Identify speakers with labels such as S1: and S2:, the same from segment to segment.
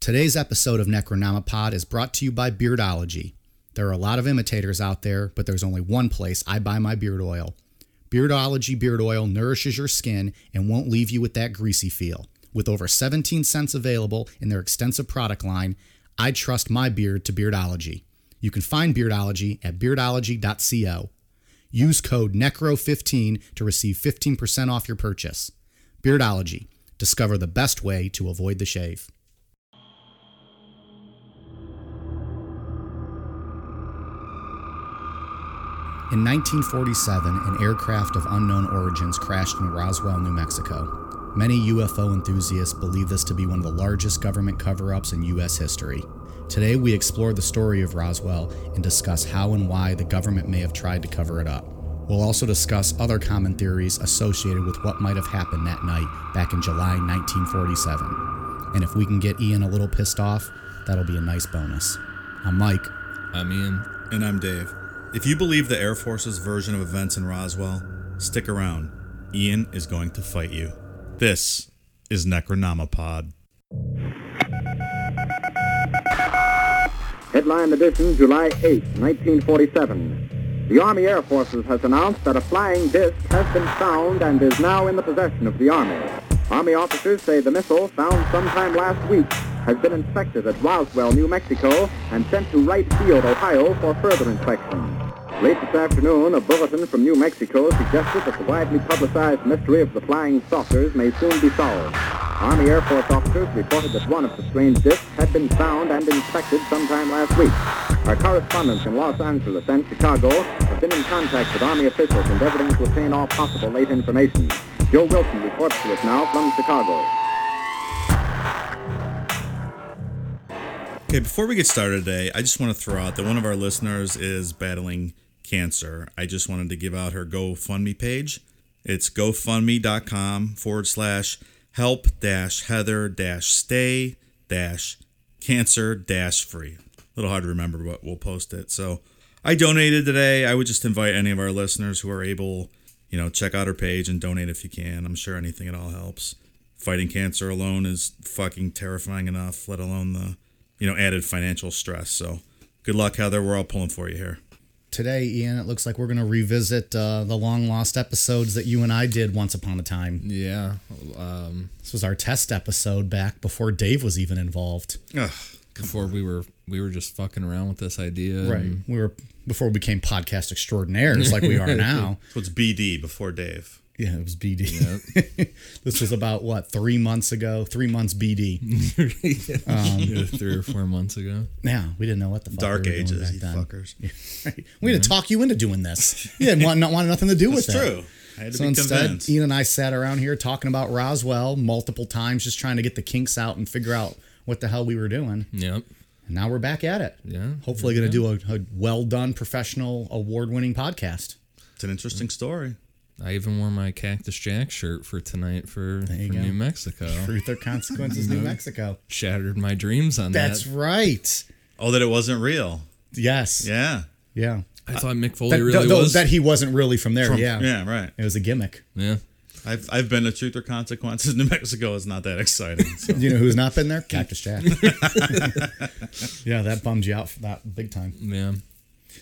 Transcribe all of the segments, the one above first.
S1: Today's episode of Necronomipod is brought to you by Beardology. There are a lot of imitators out there, but there's only one place I buy my beard oil. Beardology beard oil nourishes your skin and won't leave you with that greasy feel. With over 17 cents available in their extensive product line, I trust my beard to Beardology. You can find Beardology at beardology.co. Use code NECRO15 to receive 15% off your purchase. Beardology. Discover the best way to avoid the shave. In 1947, an aircraft of unknown origins crashed in Roswell, New Mexico. Many UFO enthusiasts believe this to be one of the largest government cover ups in U.S. history. Today, we explore the story of Roswell and discuss how and why the government may have tried to cover it up. We'll also discuss other common theories associated with what might have happened that night back in July 1947. And if we can get Ian a little pissed off, that'll be a nice bonus. I'm Mike.
S2: I'm Ian.
S3: And I'm Dave. If you believe the Air Force's version of events in Roswell, stick around. Ian is going to fight you. This is Necronomipod.
S4: Headline edition, July 8, 1947. The Army Air Forces has announced that a flying disc has been found and is now in the possession of the Army. Army officers say the missile, found sometime last week, has been inspected at Roswell, New Mexico, and sent to Wright Field, Ohio, for further inspection. Late this afternoon, a bulletin from New Mexico suggested that the widely publicized mystery of the flying saucers may soon be solved. Army Air Force officers reported that one of the strange discs had been found and inspected sometime last week. Our correspondents in Los Angeles and Chicago have been in contact with Army officials endeavoring to obtain all possible late information. Joe Wilson reports to us now from Chicago.
S3: Okay, before we get started today, I just want to throw out that one of our listeners is battling cancer. I just wanted to give out her GoFundMe page. It's gofundme.com forward slash help dash heather dash stay dash cancer dash free. A little hard to remember, but we'll post it. So I donated today. I would just invite any of our listeners who are able, you know, check out her page and donate if you can. I'm sure anything at all helps. Fighting cancer alone is fucking terrifying enough, let alone the you know, added financial stress. So good luck, Heather. We're all pulling for you here.
S1: Today, Ian, it looks like we're going to revisit uh, the long lost episodes that you and I did once upon a time.
S2: Yeah. Um,
S1: This was our test episode back before Dave was even involved.
S3: Ugh.
S2: before we were we were just fucking around with this idea. and-
S1: We were before we became podcast extraordinaires like we are now.
S3: So it's BD before Dave.
S1: Yeah, it was BD. this was about what three months ago? Three months BD.
S2: yeah, three or four months ago.
S1: Yeah, we didn't know what the fuck
S3: Dark
S1: we were doing
S3: ages,
S1: back
S3: you
S1: then.
S3: fuckers.
S1: Right. We had to talk you into doing this. You didn't want, not want nothing to do
S3: That's
S1: with it.
S3: true. I had to
S1: So
S3: be
S1: instead,
S3: convinced.
S1: Ian and I sat around here talking about Roswell multiple times, just trying to get the kinks out and figure out what the hell we were doing.
S2: Yep.
S1: And now we're back at it.
S2: Yeah.
S1: Hopefully, going to do a, a well done, professional, award winning podcast.
S3: It's an interesting story.
S2: I even wore my Cactus Jack shirt for tonight for, for
S1: you go.
S2: New Mexico.
S1: Truth or Consequences, New Mexico.
S2: Shattered my dreams on
S1: That's
S2: that.
S1: right.
S3: Oh, that it wasn't real.
S1: Yes.
S3: Yeah.
S1: Yeah.
S2: I thought Mick Foley
S1: That,
S2: really
S1: that-
S2: was.
S1: that he wasn't really from there. yeah.
S3: Yeah, right.
S1: It was a gimmick.
S2: yeah.
S3: I've, I've been to Truth or Consequences. New Mexico is not that exciting. So.
S1: You know who's not been there? Cactus Jack. yeah, that bummed you out for that big time.
S2: Yeah.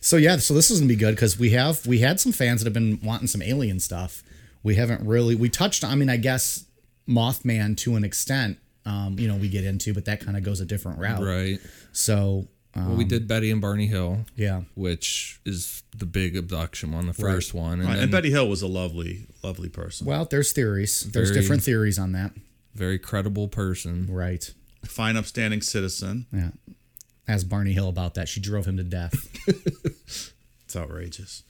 S1: So yeah, so this is gonna be good because we have we had some fans that have been wanting some alien stuff. We haven't really we touched. I mean, I guess Mothman to an extent. Um, you know, we get into, but that kind of goes a different route.
S2: Right.
S1: So
S2: well, we did Betty and Barney Hill,
S1: Um, Yeah.
S2: which is the big abduction one, the first one, and
S3: Right,
S2: then
S3: and Betty Hill was a lovely, lovely person.
S1: Well, there's theories. There's
S2: Very-
S1: different theories on that.
S2: very credible person.
S1: Right.
S3: Fine, upstanding citizen.
S1: Yeah. Ask Barney Hill about that. She drove him to death.
S3: It's outrageous.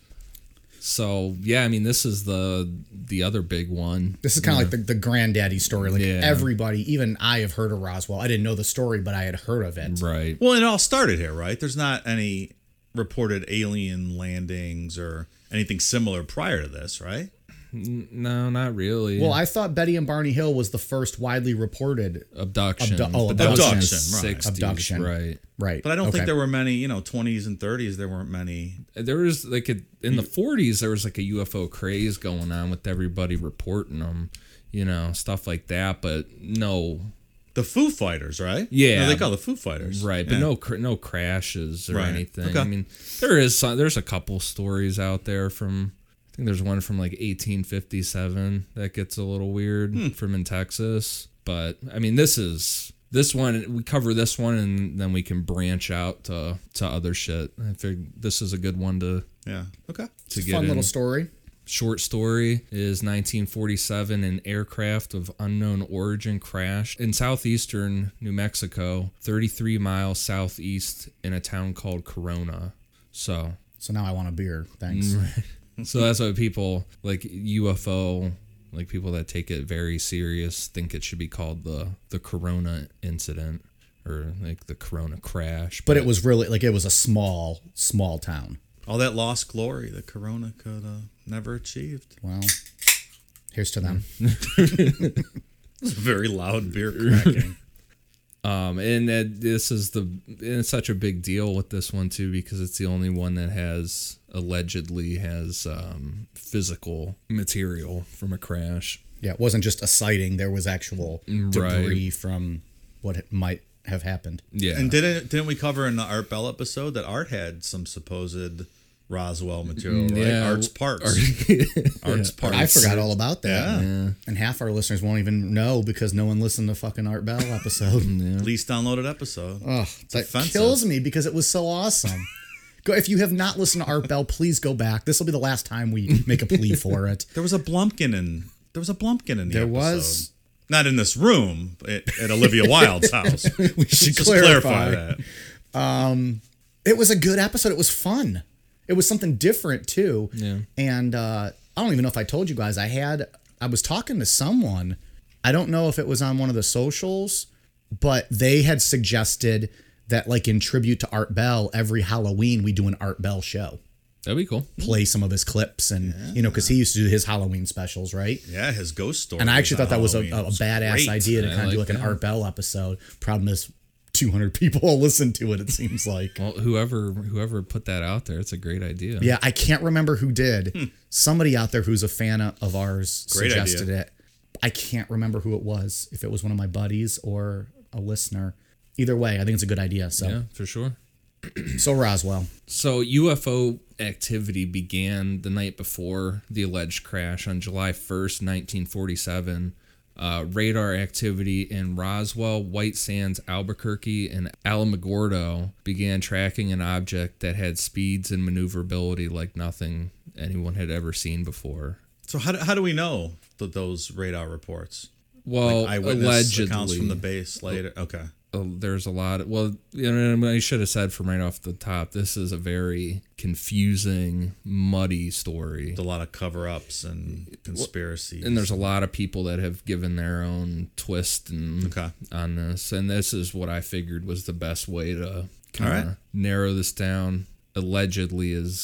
S2: So yeah, I mean, this is the the other big one.
S1: This is kind of like the, the granddaddy story. Like
S2: Yeah.
S1: everybody, even I have heard of Roswell. I didn't know the story, but I had heard of it.
S2: Right.
S3: Well, it all started here, right? There's not any reported alien landings or anything similar prior to this, right?
S2: No, not really.
S1: Well, I thought Betty and Barney Hill was the first widely reported.
S2: abduction.
S1: Abdu- oh,
S2: but that was in
S3: abduction,
S2: the
S3: right.
S2: 60s,
S1: Abduction.
S2: Right.
S1: Right.
S3: But I don't
S1: Okay.
S3: think there were many, you know, 20s and 30s, there weren't many.
S2: There was like a, in the 40s, there was like a UFO craze going on with everybody reporting them, you know, stuff like that. But no,
S3: The Foo Fighters, right?
S2: Yeah.
S3: No, they call the Foo Fighters.
S2: right. But
S3: Yeah.
S2: no, cr- no crashes or
S3: Right.
S2: anything.
S3: Okay.
S2: I mean, there is some, there's a couple stories out there from. I think there's one from like 1857 that gets a little weird
S3: Hmm.
S2: from in Texas. But I mean, this is this one. We cover this one, and then we can branch out to to other shit. I think this is a good one to
S3: Yeah. Okay.
S2: to
S1: It's a
S2: get
S1: fun
S2: in.
S1: little story.
S2: Short story is 1947 an aircraft of unknown origin crashed in southeastern New Mexico, 33 miles southeast in a town called Corona. So,
S1: So now I want a beer. Thanks. Hmm.
S2: so that's what people like UFO, like people that take it very serious think it should be called the the Corona incident or like the Corona crash.
S1: But it was really like it was a small, small town.
S3: All that lost glory that Corona could uh, never achieved.
S1: Well, here's to them.
S3: It's a very loud beer cracking.
S2: Um, and that this is the and it's such a big deal with this one too because it's the only one that has allegedly has um, physical material from a crash.
S1: Yeah, it wasn't just a sighting. There was actual debris from what might have happened.
S2: Yeah,
S3: And didn't didn't we cover in the Art Bell episode that Art had some supposed Roswell material, right?
S2: Yeah.
S3: Art's parts. Art's parts.
S1: I forgot all about that.
S3: Yeah.
S1: And half our listeners won't even know because no one listened to fucking Art Bell episode.
S3: Least downloaded episode.
S1: Ugh, that
S3: offensive.
S1: kills me because it was so awesome. go if you have not listened to Art Bell, please go back. This will be the last time we make a plea for it.
S3: There was a Blumpkin in there was a Blumpkin in the
S1: There
S3: episode.
S1: was.
S3: not in this room at, at Olivia Wilde's house.
S1: We should
S3: Just
S1: clarify.
S3: clarify that.
S1: It was a good episode. It was fun. It was something different too. Yeah. And uh, I don't even know if I told you guys. I had I was talking to someone. I don't know if it was on one of the socials, but they had suggested that like in tribute to Art Bell, every Halloween we do an Art Bell show.
S2: that'd be cool.
S1: play some of his clips and you know because he used to do his halloween specials right
S3: Yeah, his ghost story.
S1: and i actually
S3: was on
S1: thought that was a,
S3: Halloween.
S1: a
S3: It was
S1: badass
S3: great.
S1: idea to
S2: I
S1: kind of do
S2: like
S1: like an art bell episode problem is 200 people will listen to it it seems like
S2: Well, whoever whoever put that out there, it's a great idea.
S1: yeah i can't remember who did somebody out there who's a fan of of ours
S3: Hmm. Great
S1: suggested
S3: idea.
S1: it i can't remember who it was if it was one of my buddies or a listener either way i think it's a good idea so
S2: yeah, for sure.
S1: so roswell
S2: So UFO activity began the night before the alleged crash on July 1st, 1947. Uh, radar activity in Roswell, White Sands, Albuquerque, and Alamogordo began tracking an object that had speeds and maneuverability like nothing anyone had ever seen before.
S3: So how do, how do we know that those radar reports?
S2: Well,
S3: Eyewitness
S2: allegedly,
S3: accounts from the base later. Okay.
S2: uh, there's a lot of well you know, and I should have said from right off the top this is a very confusing muddy story
S3: A lot of cover ups and conspiracies.
S2: and there's a lot of people that have given their own twist and
S3: Okay.
S2: on this and this is what I figured was the best way to kind
S3: Alright.
S2: of narrow this down allegedly is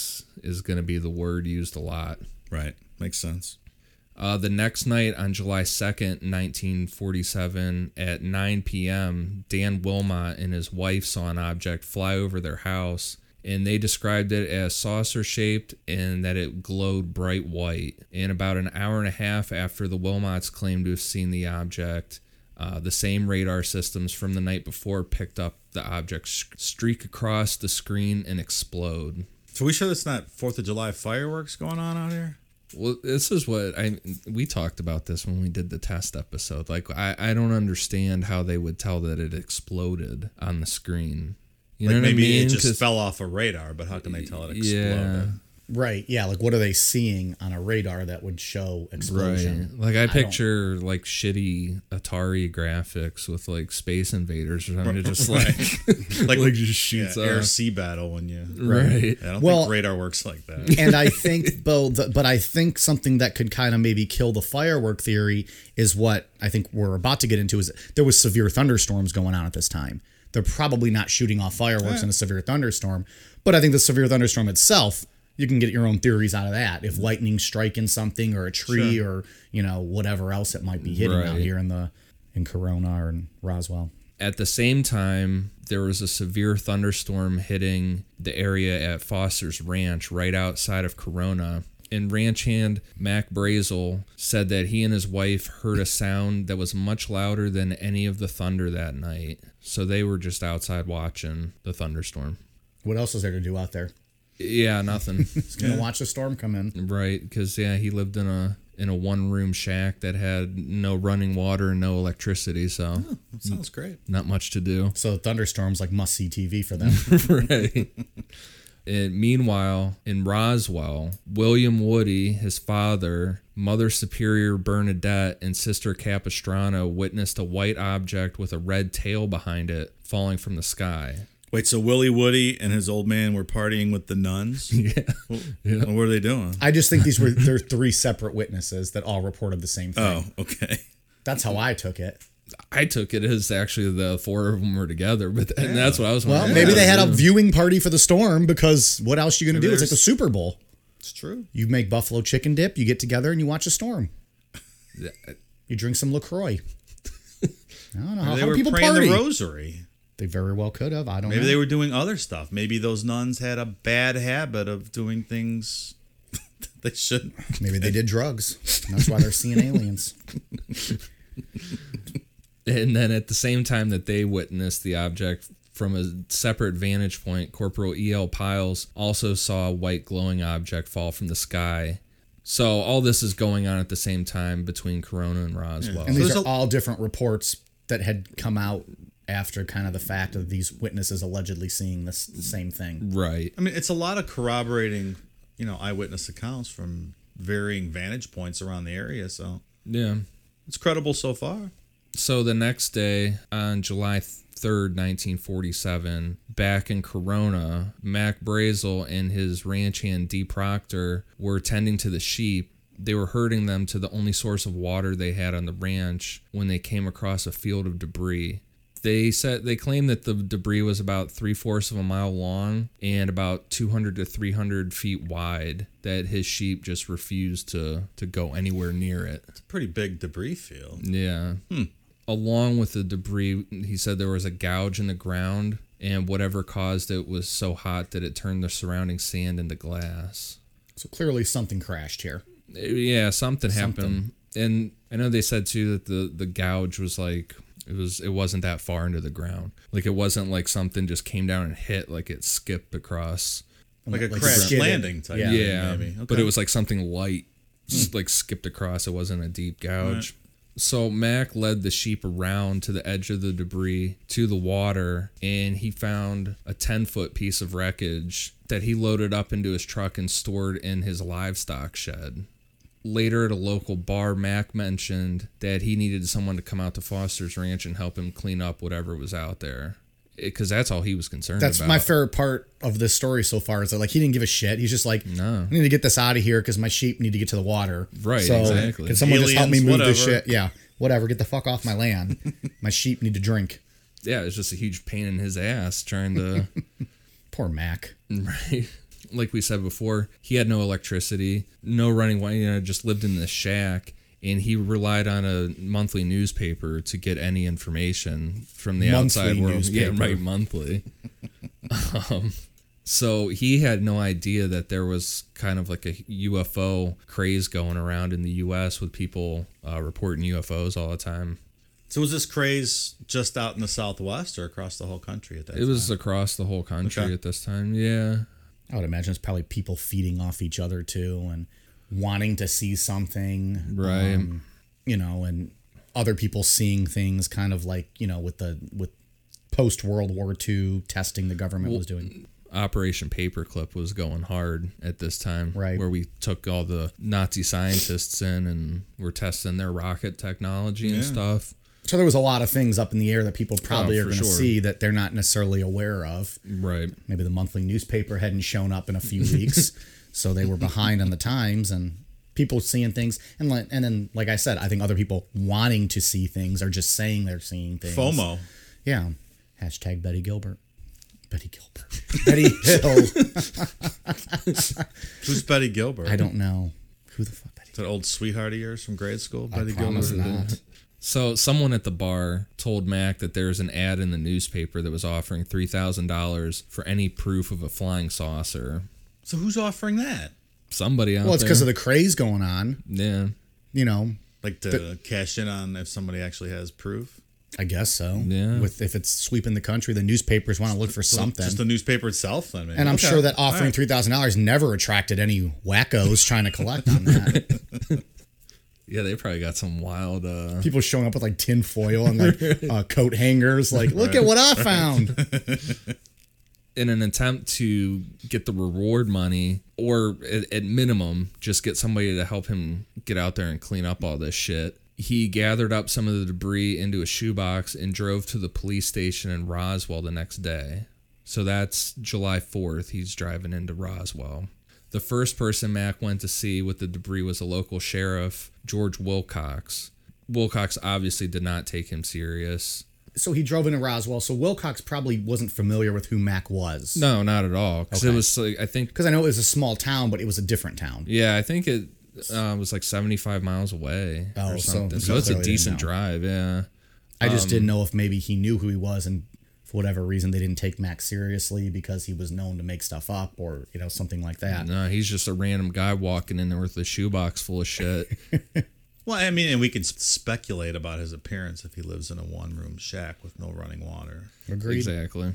S2: is going to be the word used a lot
S3: right. Makes sense.
S2: Uh, the next night on July 2nd, 1947, at 9 p.m., Dan Wilmot and his wife saw an object fly over their house, and they described it as saucer shaped and that it glowed bright white. And about an hour and a half after the Wilmots claimed to have seen the object, uh, the same radar systems from the night before picked up the object s- streak across the screen and explode.
S3: So we sure that's not Fourth of July fireworks going on out here?
S2: Well, this is what I we talked about this when we did the test episode. Like I, I don't understand how they would tell that it exploded on the screen. You
S3: like
S2: know what
S3: maybe
S2: I mean?
S3: it just
S2: 'Cause-
S3: fell off a radar, but how can they tell it exploded?
S2: yeah.
S1: Right. Yeah. Like, what are they seeing on a radar that would show explosion?
S2: Like I
S1: don't-
S2: picture like shitty Atari graphics with like Space Invaders or something. It just like
S3: Like,
S2: Like, just shoots
S3: yeah, air
S2: up.
S3: sea battle when you.
S2: right.
S3: I don't
S1: Well-
S3: think radar works like that.
S1: and I think, Bill, th- but I think something that could kind of maybe kill the firework theory is what I think we're about to get into is there was severe thunderstorms going on at this time. They're probably not shooting off fireworks in a severe thunderstorm, but I think the severe thunderstorm itself, you can get your own theories out of that. If lightning striking something or a tree or you know whatever else it might be hitting out
S2: Right.
S1: here in the in Corona or in Roswell.
S2: At the same time, there was a severe thunderstorm hitting the area at Foster's Ranch right outside of Corona. And ranch hand Mac Brazel said that he and his wife heard a sound that was much louder than any of the thunder that night. So they were just outside watching the thunderstorm.
S1: What else is there to do out there?
S2: Yeah, Mm. nothing.
S1: Just gonna watch the storm come in.
S2: Right, because yeah, he lived in a in a one room shack that had no running water and no electricity, so
S3: Sounds great.
S2: not much to do.
S1: So thunderstorms like must see TV for them.
S2: right. And meanwhile, in Roswell, William Woody, his father, Mother Superior Bernadette, and Sister Capistrano witnessed a white object with a red tail behind it falling from the sky.
S3: Wait, so Willie Woody and his old man were partying with the nuns? Yeah. What were they doing?
S1: I just think these were they're three separate witnesses that all reported the same thing.
S3: Oh, okay.
S1: That's how I took it.
S2: I took it as actually the four of them were together, but and that's what I was.
S1: Well,
S2: wondering.
S1: maybe they had a viewing party for the storm because what else are you going to do? It's like the
S3: there's-
S1: Super Bowl.
S3: It's true.
S1: You make buffalo chicken dip, you get together and you watch a storm. You drink some LaCroix. I don't know. How,
S3: They
S1: how do
S3: were
S1: people
S3: praying
S1: party?
S3: the rosary.
S1: They very well could have. I don't
S3: Maybe
S1: know.
S3: they were doing other stuff. Maybe those nuns had a bad habit of doing things they shouldn't.
S1: maybe they did drugs. And that's why they're seeing aliens.
S2: And then at the same time that they witnessed the object from a separate vantage point, Corporal E.L. Piles also saw a white glowing object fall from the sky. So all this is going on at the same time between Corona and Roswell.
S1: And these
S3: there's
S1: are
S3: a-
S1: all different reports that had come out after kind of the fact of these witnesses allegedly seeing this same thing.
S2: Right.
S3: I mean, it's a lot of corroborating, you know, eyewitness accounts from varying vantage points around the area. So
S2: Yeah.
S3: it's credible so far.
S2: So the next day, on July 3rd, 1947, back in Corona, Mac Brazel and his ranch hand D. Proctor were tending to the sheep. They were herding them to the only source of water they had on the ranch when they came across a field of debris. They said they claimed that the debris was about three fourths of a mile long and about 200 to 300 feet wide. That his sheep just refused to to go anywhere near it.
S3: It's a pretty big debris field.
S2: Yeah. Along with the debris, he said there was a gouge in the ground, and whatever caused it was so hot that it turned the surrounding sand into glass.
S1: So clearly something crashed here.
S2: Uh, Yeah, something happened. And I know they said too that the the gouge was like it was it wasn't that far into the ground. Like it wasn't like something just came down and hit like it skipped across.
S3: Like a
S1: Like
S3: crash
S1: skidded.
S3: landing type
S1: Yeah.
S3: thing,
S2: yeah,
S3: maybe.
S2: but it was like something light,
S1: Hmm.
S2: s- like skipped across. It wasn't a deep gouge. So Mac led the sheep around to the edge of the debris to the water, and he found a ten foot piece of wreckage that he loaded up into his truck and stored in his livestock shed. Later at a local bar, Mac mentioned that he needed someone to come out to Foster's Ranch and help him clean up whatever was out there, because that's all he was concerned
S1: That's
S2: about.
S1: my favorite part of this story so far is that like he didn't give a shit. He's just like, I need to get this out of here because my sheep need to get to the water.
S2: Right,
S1: So
S2: exactly.
S1: can someone just help me
S3: Aliens,
S1: move this
S3: whatever.
S1: shit? Yeah, whatever. Get the fuck off my land. my sheep need to drink.
S2: yeah, it's just a huge pain in his ass trying to
S1: Poor Mac.
S2: Right. Like we said before, he had no electricity, no running water, you know, just lived in this shack. And he relied on a monthly newspaper to get any information from the
S1: Monthly
S2: outside world. Yeah,
S1: newspaper.
S2: right, monthly. um, so he had no idea that there was kind of like a UFO craze going around in the U.S. with people uh, reporting UFOs all the time.
S3: So was this craze just out in the Southwest or across the whole country at that
S2: It was across the whole country
S3: Okay.
S2: at this time. Yeah.
S1: I would imagine it's probably people feeding off each other too and wanting to see something. um,
S2: Right.
S1: you know, and other people seeing things kind of like, you know, with the with post World War II testing the government was doing.
S2: Operation Paperclip was going hard at this time,
S1: Right.
S2: Where we took all the Nazi scientists in and were testing their rocket technology and stuff.
S1: So there was a lot of things up in the air that people probably
S2: Oh,
S1: are
S2: for
S1: going to
S2: sure. Mm.
S1: see that they're not necessarily aware of.
S2: Right.
S1: Maybe the monthly newspaper hadn't shown up in a few weeks, so they were behind on the times and people seeing things. And like, and then, like I said, I think other people wanting to see things are just saying they're seeing things.
S3: FOMO.
S1: Yeah. Hashtag Betty Gilbert. Betty Gilbert. Betty Hill.
S3: Who's Betty Gilbert?
S1: I don't know who the fuck Betty.
S3: That old sweetheart of yours from grade school, Betty
S1: Promise
S3: Gilbert.
S1: not.
S2: So someone at the bar told Mac that there was an ad in the newspaper that was offering three thousand dollars for any proof of a flying saucer.
S3: So who's offering that?
S2: Somebody out
S1: Well, it's
S2: there.
S1: because of the craze going on.
S2: yeah,
S1: You know,
S3: Like to cash in on if somebody actually has proof.
S1: I guess so.
S2: Yeah.
S1: With if it's sweeping the country, the newspapers want to look for something.
S3: Just the newspaper itself, then. Maybe.
S1: and I'm
S3: Okay.
S1: sure that
S3: All
S1: offering
S3: right.
S1: three thousand dollars never attracted any wackos trying to collect on that.
S2: yeah. They probably got some wild. uh
S1: People showing up with like tin foil and like uh, coat hangers, like look at what I found.
S2: in an attempt to get the reward money or at, at minimum just get somebody to help him get out there and clean up all this shit he gathered up some of the debris into a shoebox and drove to the police station in roswell the next day so that's july 4th he's driving into roswell the first person mac went to see with the debris was a local sheriff george wilcox wilcox obviously did not take him serious
S1: So he drove into Roswell. So Wilcox probably wasn't familiar with who Mac was.
S2: no not at all because it was like i think
S1: Because I know it was a small town, but it was a different town.
S2: Yeah, I think it uh, was like 75 miles away
S1: Oh,
S2: or
S1: so-
S2: something. So,
S1: so
S2: it's a
S1: clearly they
S2: decent
S1: know.
S2: drive. Yeah.
S1: I just didn't
S3: Um,
S1: know if maybe he knew who he was, and for whatever reason, they didn't take Mac seriously because he was known to make stuff up or you know something like that.
S2: No, he's just a random guy walking in there with a shoebox full of shit.
S3: Well, I mean, and we can s- speculate about his appearance if he lives in a one-room shack with no running water.
S1: Agreed.
S2: exactly.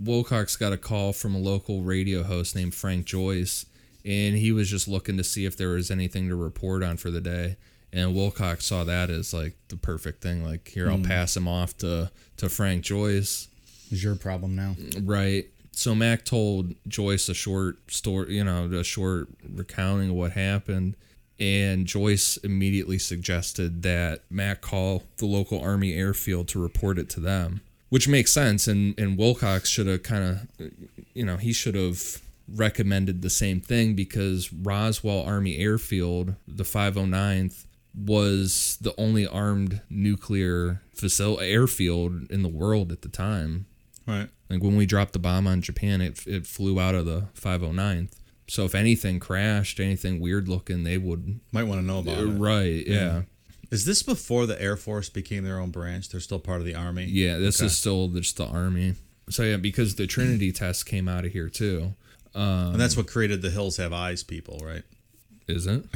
S2: Wilcox got a call from a local radio host named Frank Joyce, and he was just looking to see if there was anything to report on for the day. And Wilcox saw that as like the perfect thing. Like, here,
S1: Hmm.
S2: I'll pass him off to, to Frank Joyce.
S1: Is your problem now?
S2: Right. So Mac told Joyce a short story, you know, a short recounting of what happened. And Joyce immediately suggested that Mac call the local Army airfield to report it to them, which makes sense. And, and Wilcox should have kind of, you know, he should have recommended the same thing because Roswell Army Airfield, the 509th, was the only armed nuclear facility airfield in the world at the time.
S3: Right.
S2: Like when we dropped the bomb on Japan, it, it flew out of the 509th. So if anything crashed, anything weird looking, they would.
S3: Might want to know
S1: Uh,
S3: about it.
S2: Right. Yeah.
S3: Is this before the Air Force became their own branch? They're still part of the Army.
S2: Yeah. This is still just the army. So yeah, because the Trinity test came out of here too.
S3: and that's what created the Hills Have Eyes people, right?
S2: Is it?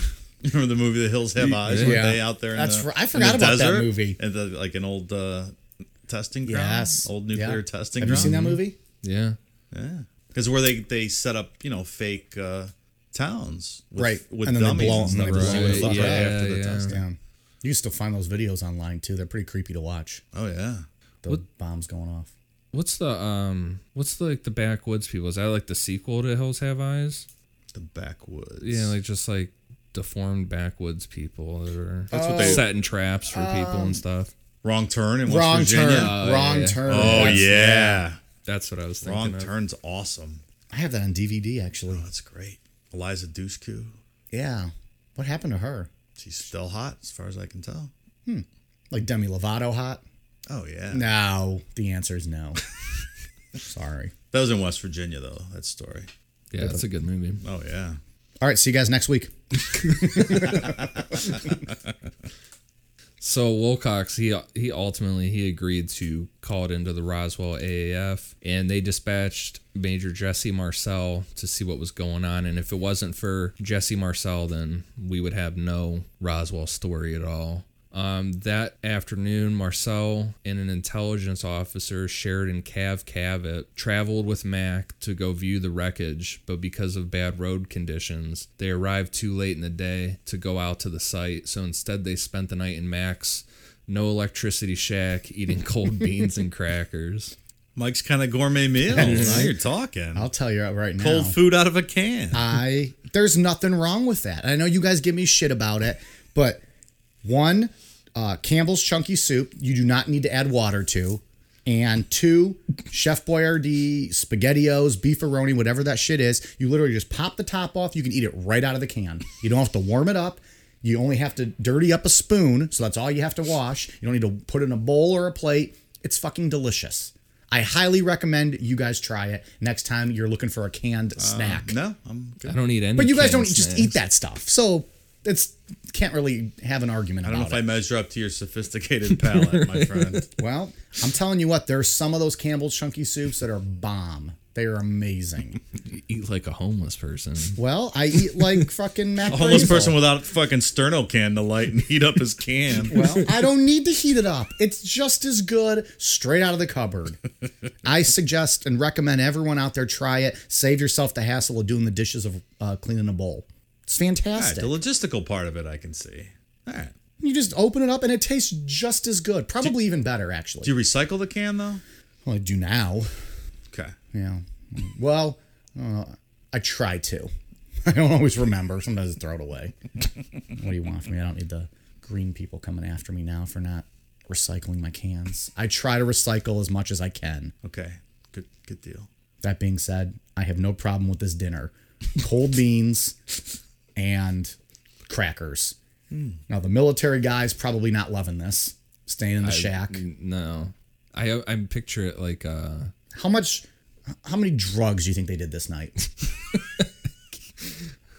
S3: Remember the movie The Hills Have Eyes? Yeah.
S1: Yeah.
S3: they out there in
S1: That's
S3: the,
S1: right. I
S3: in
S1: forgot
S3: the
S1: about that
S3: desert?
S1: movie.
S3: And the, like an old uh, testing ground.
S1: Yes.
S3: Old nuclear
S1: Yeah.
S3: testing
S1: Have you
S3: ground.
S1: seen that movie?
S2: Yeah.
S3: Yeah. Because where they, they set up, you know, fake uh, towns. With,
S1: Right.
S3: With
S1: And then they
S3: dummies
S1: blow
S3: and
S1: them, they
S3: stuff.
S1: blow
S3: right.
S1: them up.
S3: right
S2: Yeah,
S3: after the
S2: yeah.
S3: testing.
S1: Yeah. You can still find those videos online too. They're pretty creepy to watch.
S3: Oh, yeah.
S1: The bombs going off.
S2: What's the um? What's the, like the backwoods people? Is that like the sequel to Hills Have Eyes?
S3: The backwoods.
S2: Yeah, like just like deformed backwoods people that are
S3: That's what they- Um,
S2: setting traps for people and stuff.
S3: Wrong turn in West
S1: Wrong
S3: Virginia.
S1: turn. Wrong turn.
S3: Oh,
S1: That's-
S3: yeah.
S2: That's what I was thinking.
S3: Wrong
S2: of.
S3: turn's awesome.
S1: I have that on DVD actually.
S3: Oh, That's great. Eliza Dushku.
S1: Yeah. What happened to her?
S3: She's still hot as far as I can tell.
S1: Like Demi Lovato hot?
S3: Oh, yeah.
S1: No. The answer is no. Sorry.
S3: That was in West Virginia, though, that story.
S2: Yeah, that's a good movie.
S3: Oh, yeah.
S1: All right. See you guys next week.
S2: So Wilcox, he he ultimately he agreed to call it into the Roswell AAF, and they dispatched Major Jesse Marcel to see what was going on. And if it wasn't for Jesse Marcel, then we would have no Roswell story at all. Um, that afternoon, Marcel and an intelligence officer, Sheridan Cav Cavett, traveled with Mac to go view the wreckage, but because of bad road conditions, they arrived too late in the day to go out to the site. So instead, they spent the night in Mac's no electricity shack eating cold beans and crackers.
S3: Mike's kind of gourmet meal. now you're talking.
S1: I'll Uh, tell you right now.
S3: Cold food out of a can.
S1: I there's nothing wrong with that. I know you guys give me shit about it, but one, uh, Campbell's chunky soup you do not need to add water to, and two, Chef Boyardee spaghettios, beefaroni, whatever that shit is, you literally just pop the top off. You can eat it right out of the can. You don't have to warm it up. You only have to dirty up a spoon, so that's all you have to wash. You don't need to put in a bowl or a plate. It's fucking delicious. I highly recommend you guys try it next time you're looking for a canned snack.
S3: no, I'm good.
S2: I don't eat any.
S1: But you guys don't
S2: canned
S1: just
S2: snacks.
S1: eat that stuff. So it's can't really have an argument
S3: I
S1: about
S3: don't know if
S1: it.
S3: I measure up to your sophisticated palate, my friend.
S1: well, I'm telling you what, there's some of those Campbell's chunky soups that are bomb. They are amazing.
S2: Eat like a homeless person.
S1: well, I eat like fucking mac.
S3: A homeless
S1: basil.
S3: person without fucking sterno candlelight and heat up his can.
S1: Well, I don't need to heat it up. It's just as good straight out of the cupboard. I suggest and recommend everyone out there try it. Save yourself the hassle of doing the dishes of uh, cleaning a bowl. It's
S3: All right,
S1: fantastic.
S3: the logistical part of it I can see. All right.
S1: you just open it up and it tastes just as good. Probably even better, actually.
S3: Do you recycle the can though?
S1: well, I do now.
S3: Okay.
S1: Yeah. Well, uh, I try to. I don't always remember. Sometimes I throw it away. what do you want from me? I don't need the green people coming after me now for not recycling my cans. I try to recycle as much as I can.
S3: Okay. Good good deal.
S1: That being said, I have no problem with this dinner. Cold beans and crackers. Now the military guy's probably not loving this. Staying in the shack.
S2: No, I I picture it like uh
S1: How much? How many drugs do you think they did this night?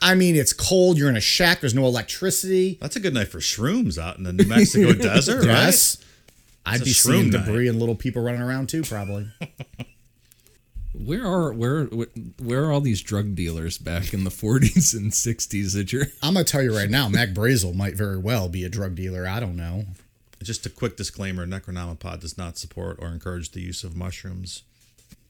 S1: I mean, it's cold. You're in a shack. There's no electricity.
S3: That's a good night for shrooms out in the New Mexico desert,
S1: Yes, I'd
S3: It's a
S1: be seeing
S3: shroom night.
S1: debris and little people running around too, probably.
S2: where are where where are all these drug dealers back in the 40s and 60s that you're
S1: I'm gonna tell you right now, Mac Brazel might very well be a drug dealer. I don't know.
S3: right? Just a quick disclaimer, Necronomipod does not support or encourage the use of mushrooms.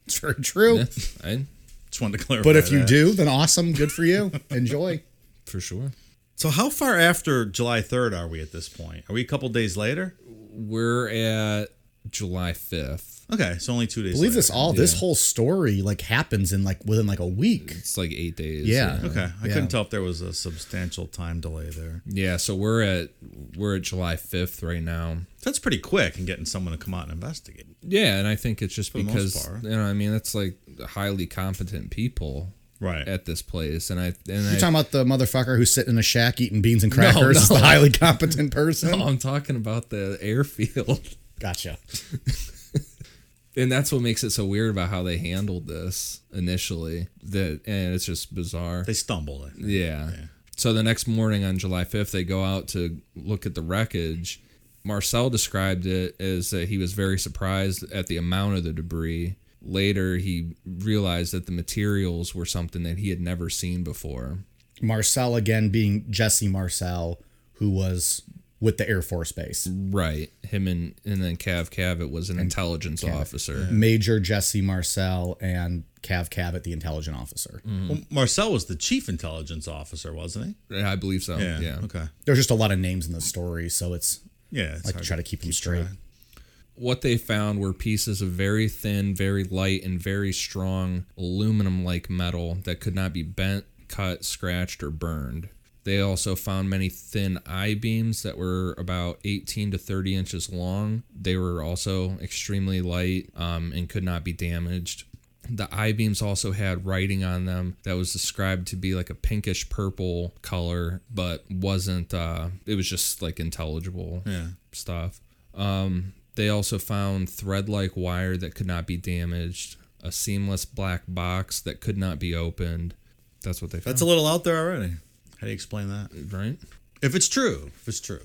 S1: It's very true.
S2: I,
S3: Just wanted to clarify.
S1: But if you
S3: that.
S1: do, then awesome. Good for you. Enjoy.
S2: for sure.
S3: So how far after July 3rd are we at this point? Are we a couple days later?
S2: We're at July 5th.
S3: Okay, so only 2 days
S1: Believe
S3: later.
S1: this all. This whole story like happens in like within like a week.
S2: It's like 8 days.
S1: Yeah.
S3: Okay, I couldn't tell if there was a substantial time delay there.
S2: Yeah, so we're at we're at July 5th right now.
S3: That's pretty quick in getting someone to come out and investigate.
S2: Yeah, and I think it's just
S3: the most
S2: because
S3: part.
S2: you know, I mean, that's like highly competent people
S3: Right.
S2: at this place and I and I
S1: You're talking about the motherfucker who's sitting in a shack eating beans and crackers, is the highly competent person.
S2: I'm talking about the airfield.
S1: Gotcha.
S2: and that's what makes it so weird about how they handled this initially that and it's just bizarre
S3: they stumbled. I think.
S2: yeah. so the next morning on july 5th they go out to look at the wreckage marcel described it as that he was very surprised at the amount of the debris later he realized that the materials were something that he had never seen before
S1: Marcel again being Jesse Marcel, who was with the Air Force Base.
S2: right him and and then cav cavett was an intelligence officer
S1: Major Jesse Marcel and Cav Cabot, the intelligent officer.
S3: Well, Marcel was the chief intelligence officer, wasn't
S2: i believe so
S1: Oh,
S3: he?
S2: yeah,
S3: Okay.
S1: There's just a lot of names in the story, so it's
S3: Yeah. It's
S1: like to
S3: hard
S1: try to keep them straight.
S2: what they found were pieces of very thin, very light, and very strong aluminum like metal that could not be bent, cut, scratched, or burned. They also found many thin I beams that were about 18 to 30 inches long. They were also extremely light um, and could not be damaged. The I beams also had writing on them that was described to be like a pinkish purple color, but wasn't, uh, it was just like intelligible stuff. Um, they also found thread like wire that could not be damaged, a seamless black box that could not be opened. That's what they found.
S3: That's a little out there already. How do you explain that?
S2: right?
S3: If it's true, if it's true.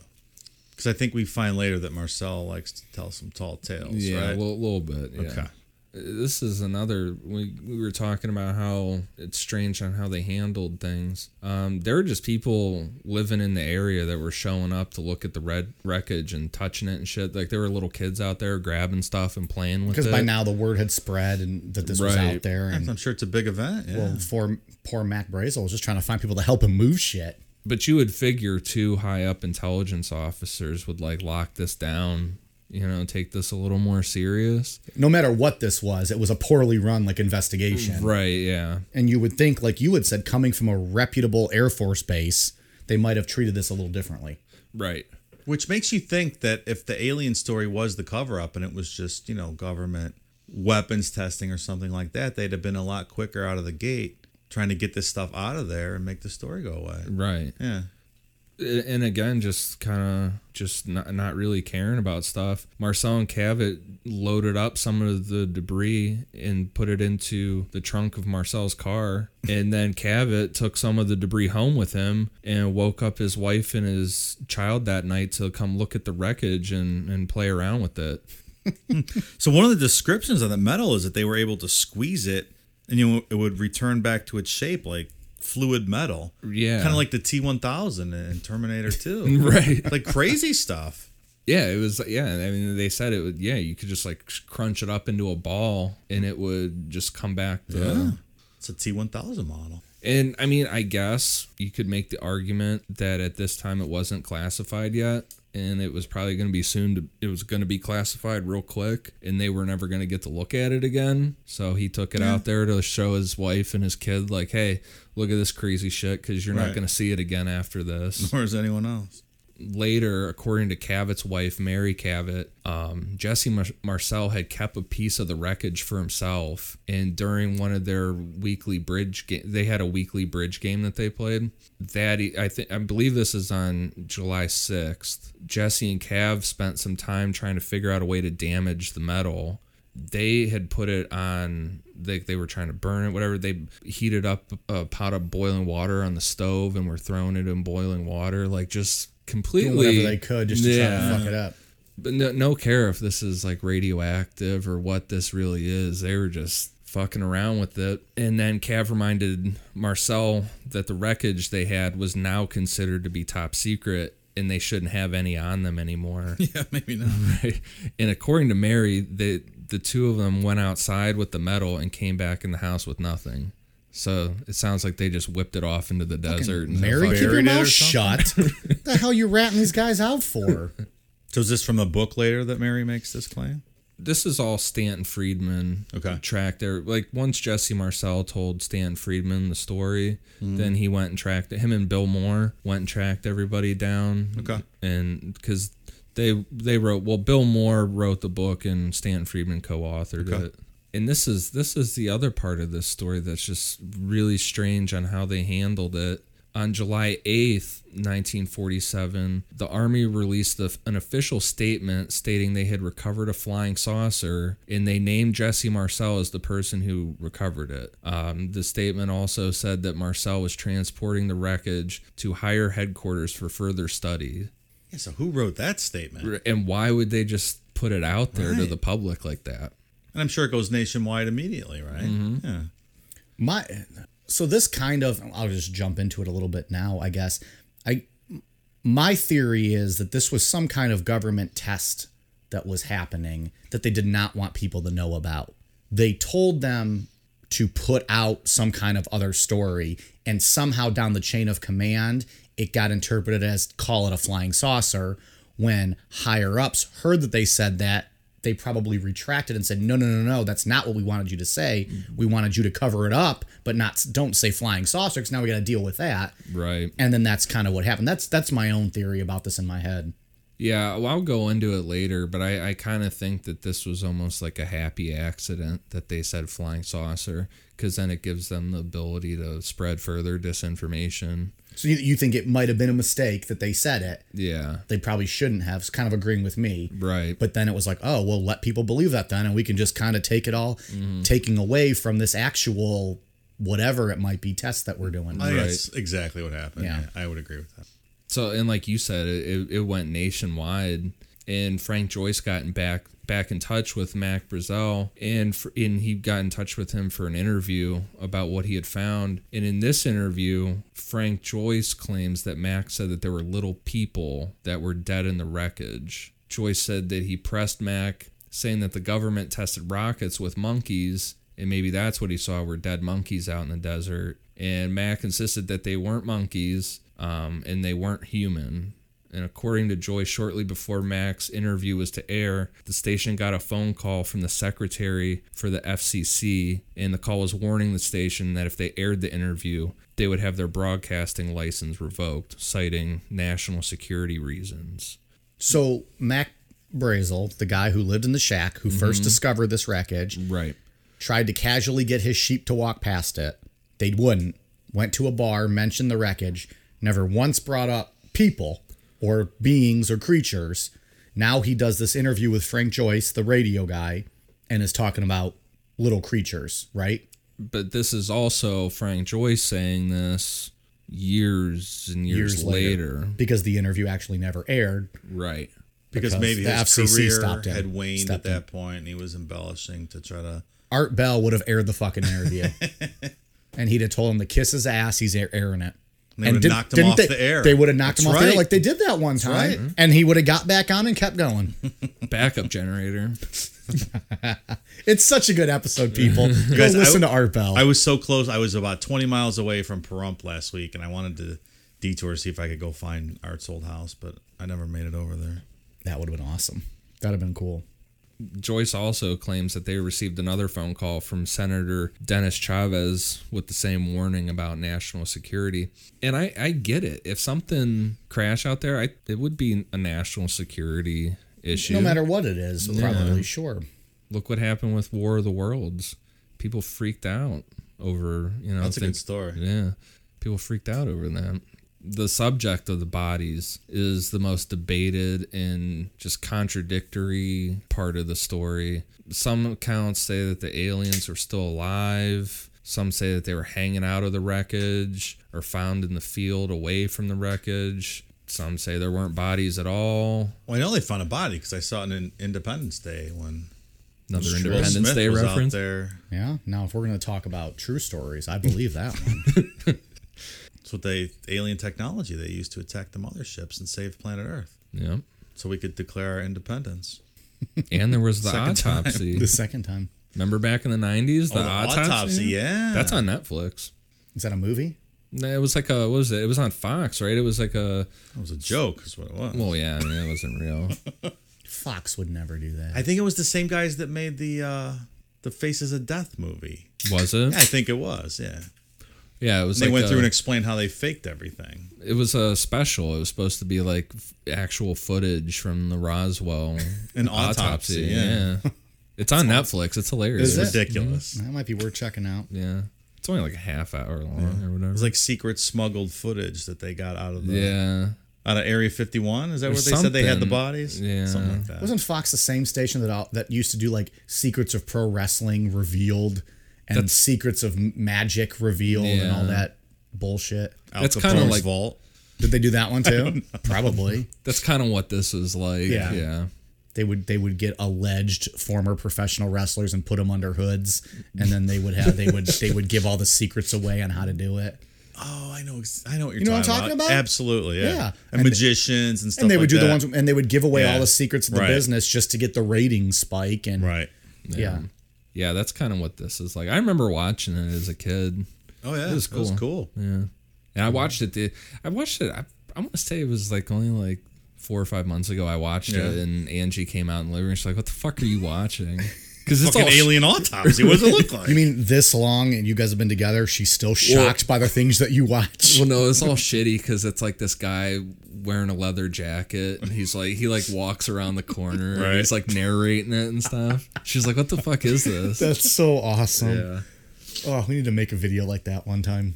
S3: Because I think we find later that Marcel likes to tell some tall tales,
S2: Yeah, a
S3: right?
S2: little, little bit. Yeah.
S3: Okay.
S2: This is another. We, we were talking about how it's strange on how they handled things. Um, there were just people living in the area that were showing up to look at the red wreckage and touching it and shit. Like there were little kids out there grabbing stuff and playing with it.
S1: Because by now the word had spread and that this was
S2: Right.
S1: out there.
S3: I'm
S1: And
S3: sure it's a big event. Yeah.
S1: well, for poor Mac Brazel was just trying to find people to help him move shit.
S2: but you would figure two high up intelligence officers would like lock this down you know, take this a little more serious.
S1: No matter what this was, it was a poorly run like investigation.
S2: Right, yeah.
S1: And you would think, like you had said, coming from a reputable Air Force base, they might have treated this a little differently.
S2: Right.
S3: Which makes you think that if the alien story was the cover up and it was just, you know, government weapons testing or something like that, they'd have been a lot quicker out of the gate trying to get this stuff out of there and make the story go away.
S2: Right.
S3: Yeah.
S2: and again just kind of just not, not really caring about stuff marcel and cavett loaded up some of the debris and put it into the trunk of marcel's car and then cavett took some of the debris home with him and woke up his wife and his child that night to come look at the wreckage and, and play around with it
S3: So one of the descriptions of the metal is that they were able to squeeze it and you know, it would return back to its shape like fluid metal.
S2: Yeah.
S3: Kind of like the T1000 in Terminator 2.
S2: right
S3: It's like crazy stuff.
S2: Yeah, it was. Yeah, I mean, they said it would. Yeah, you could just like crunch it up into a ball, and it would just come back. To,
S3: It's a T1000 model.
S2: And I mean, I guess you could make the argument that at this time it wasn't classified yet, and it was probably going to be soon. To, it was going to be classified real quick, and they were never going to get to look at it again. So he took it out there to show his wife and his kid, like, "Hey, look at this crazy shit, because you're
S3: Right.
S2: not going to see it again after this."
S3: Or is anyone else?
S2: later, according to Cavett's wife, Mary Cavett, um, Jesse Mar- Marcel had kept a piece of the wreckage for himself. And during one of their weekly bridge game, they had a weekly bridge game that they played. That e- I think I believe this is on July sixth. Jesse and Cav spent some time trying to figure out a way to damage the metal they had put it on they, they were trying to burn it whatever they heated up a pot of boiling water on the stove and were throwing it in boiling water like just
S1: Doing
S2: completely
S1: whatever they could just to try to fuck it up.
S2: but no, no care if this is like radioactive or what this really is they were just fucking around with it and then cav reminded marcel that the wreckage they had was now considered to be top secret and they shouldn't have any on them anymore
S3: Yeah, maybe not.
S2: Right. And according to Mary, the the two of them went outside with the metal and came back in the house with nothing. So it sounds like they just whipped it off into the desert. And
S1: Mary, keep your
S3: buried it or
S1: mouth shut. what the hell you ratting these guys out for?
S3: So is this from a book later that Mary makes this claim?
S2: this is all Stanton Friedman
S3: Okay.
S2: tracked there. Like once Jesse Marcel told Stanton Friedman the story,
S3: Mm-hmm.
S2: then he went and tracked him and Bill Moore went and tracked everybody down.
S3: Okay.
S2: and because they they wrote well, Bill Moore wrote the book and Stanton Friedman co-authored
S3: Okay.
S2: it. And this is this is the other part of this story that's just really strange on how they handled it. On July 8th, 1947, the Army released the, an official statement stating they had recovered a flying saucer and they named Jesse Marcel as the person who recovered it. Um, the statement also said that Marcel was transporting the wreckage to higher headquarters for further study.
S3: Yeah, so who wrote that statement?
S2: And why would they just put it out there to
S3: Right.
S2: the public like that?
S3: And I'm sure it goes nationwide immediately, right? Yeah.
S1: My so this kind of I'll just jump into it a little bit now, I guess. I my theory is that this was some kind of government test that was happening that they did not want people to know about. They told them to put out some kind of other story and somehow down the chain of command it got interpreted as call it a flying saucer when higher ups heard that they said that they probably retracted and said, no, no, no, no, that's not what we wanted you to say. We wanted you to cover it up, but not don't say flying saucer because now we got to deal with that.
S2: Right.
S1: And then that's kind of what happened. That's that's my own theory about this in my head.
S2: Yeah, well, I'll go into it later, but I, I kind of think that this was almost like a happy accident that they said flying saucer, because then it gives them the ability to spread further disinformation.
S1: So you, you think it might have been a mistake that they said it?
S2: Yeah,
S1: They probably shouldn't have. It's kind of agreeing with me.
S2: right.
S1: But then it was like, oh, well, let people believe that then, and we can just kind of take it all, taking away from this actual whatever it might be test that we're doing.
S3: I think that's exactly what happened.
S1: Yeah.
S3: I would agree with that.
S2: So, and like you said, it, it- it went nationwide, and Frank Joyce got in back back in touch with Mac Brazel, and for, and he got in touch with him for an interview about what he had found. And in this interview, Frank Joyce claims that Mac said that there were little people that were dead in the wreckage. Joyce said that he pressed Mac, saying that the government tested rockets with monkeys, and maybe that's what he saw were dead monkeys out in the desert. And Mac insisted that they weren't monkeys um, and they weren't human. And according to Joy, shortly before Mac's interview was to air, the station got a phone call from the secretary for the FCC, and the call was warning the station that if they aired the interview, they would have their broadcasting license revoked, citing national security reasons.
S1: So Mac Brazel, the guy who lived in the shack, who first discovered this wreckage,
S2: Right.
S1: tried to casually get his sheep to walk past it. They wouldn't. Went to a bar, mentioned the wreckage, never once brought up people or beings or creatures. Now he does this interview with Frank Joyce, the radio guy, and is talking about little creatures, right?
S2: But this is also Frank Joyce saying this years and years, later.
S1: Because the interview actually never aired.
S2: Right.
S3: because,
S1: because
S3: maybe
S1: the
S3: his
S1: FCC
S3: career
S1: stopped him,
S3: had waned
S1: stopped
S3: at that
S1: him.
S3: point, and he was embellishing to try to.
S1: Art Bell would have aired the fucking interview. and he'd have told him to kiss his ass, he's air- airing it.
S3: And they would have
S1: did-
S3: knocked him
S1: didn't
S3: off
S1: they,
S3: the air.
S1: They would have knocked
S3: That's
S1: him off the air
S3: right.
S1: like they did that one time.
S3: right.
S1: And he would have got back on and kept going.
S2: Backup generator.
S1: It's such a good episode, people. Go
S3: Guys, I
S1: listen
S3: w-
S1: to Art Bell.
S3: I was so close. I was about 20 miles away from Pahrump last week, and I wanted to detour to see if I could go find Art's old house, but I never made it over there.
S1: that would have been awesome. That'd have been cool.
S2: Joyce also claims that they received another phone call from Senator Dennis Chavez with the same warning about national security. And I, I get it. If something crashed out there, I, it would be a national security issue.
S1: No matter what it is, probably sure.
S2: Look what happened with War of the Worlds. People freaked out over, you know,
S3: That's a
S2: think-
S3: good story.
S2: Yeah. People freaked out over that. The subject of the bodies is the most debated and just contradictory part of the story. Some accounts say that the aliens are still alive. Some say that they were hanging out of the wreckage or found in the field away from the wreckage. Some say there weren't bodies at all.
S3: Well, I know they found a body because I saw it in Independence Day when
S2: Another
S3: Will
S2: Independence
S3: Smith
S2: Day
S3: was out
S2: reference.
S3: there.
S1: Yeah. Now, if we're going to talk about true stories, I believe that one.
S3: It's what they alien technology they used to attack the motherships and save planet Earth,
S2: Yeah.
S3: so we could declare our independence.
S2: And there was the
S3: Second time.
S2: autopsy.
S1: the second time.
S2: Remember back in the 90s? The,
S3: Oh, the
S2: autopsy?
S3: autopsy, yeah.
S2: That's on Netflix.
S1: Is that a movie?
S2: No, It was like a what was it? It was on Fox, right? It was like a
S3: That was a joke, is what it was.
S2: well, yeah, I mean, it wasn't real.
S1: Fox would never do that.
S3: I think it was the same guys that made the uh, the Faces of Death movie.
S2: Was
S3: Yeah,
S2: it?
S3: I think it was. Yeah,
S2: Yeah, it was.
S3: they
S2: like
S3: went
S2: a,
S3: through and explained how they faked everything.
S2: it was a special. It was supposed to be like f- actual footage from the Roswell
S3: An autopsy, yeah.
S2: It's on Netflix. It's hilarious.
S1: Is
S3: It's
S1: it? Mm-hmm.
S3: ridiculous.
S1: that might be worth checking out.
S2: Yeah, it's only like a half hour long or whatever.
S3: It was like secret smuggled footage that they got out of the
S2: yeah,
S3: out of Area 51. Is that where they said they had the
S2: something.
S3: bodies?
S2: Yeah.
S3: something like that.
S1: Wasn't Fox the same station that all, that used to do like secrets of pro wrestling revealed and secrets of m- magic revealed and all
S2: Yeah.
S1: that bullshit?
S3: Al
S2: That's kinda
S3: Capone's
S2: like-
S3: vault.
S1: Did they do that one too? Probably.
S2: that's kind of what this is like.
S1: Yeah.
S2: yeah.
S1: they would they would get alleged former professional wrestlers and put them under hoods and then they would have they would they would give all the secrets away on how to do it
S3: Oh, I know. ex- I know what you're
S1: You know what I'm
S3: talking,
S1: talking
S3: about.
S1: about?
S3: Absolutely. Yeah.
S1: Yeah.
S3: And, magicians and stuff.
S1: and they would
S3: like
S1: do the
S3: that.
S1: ones and they would give away
S3: Yeah.
S1: all the secrets of the
S3: Right.
S1: business just to get the ratings spike and
S3: right.
S1: yeah
S2: Yeah, that's kind of what this is like. I remember watching it as a kid.
S3: Oh yeah,
S2: It was
S3: that was
S2: cool.
S3: cool.
S2: And I
S3: Mm-hmm.
S2: watched it. The, I watched it. I, I want to say it was like only like four or five months ago. I watched it,
S3: Yeah.
S2: and Angie came out in the living room. She's like, "What the fuck are you watching?" Because it's
S3: Fucking
S2: all
S3: alien
S2: alien.
S3: autopsy. What does it look like?
S1: you mean this long and you guys have been together she's still shocked by the things that you watch
S2: Well, no, it's all shitty because it's like this guy wearing a leather jacket, and he's like, he like walks around the corner, and he's like narrating it and stuff. She's like, "What the fuck is this?"
S1: that's so awesome
S2: yeah.
S1: oh we need to make a video like that one time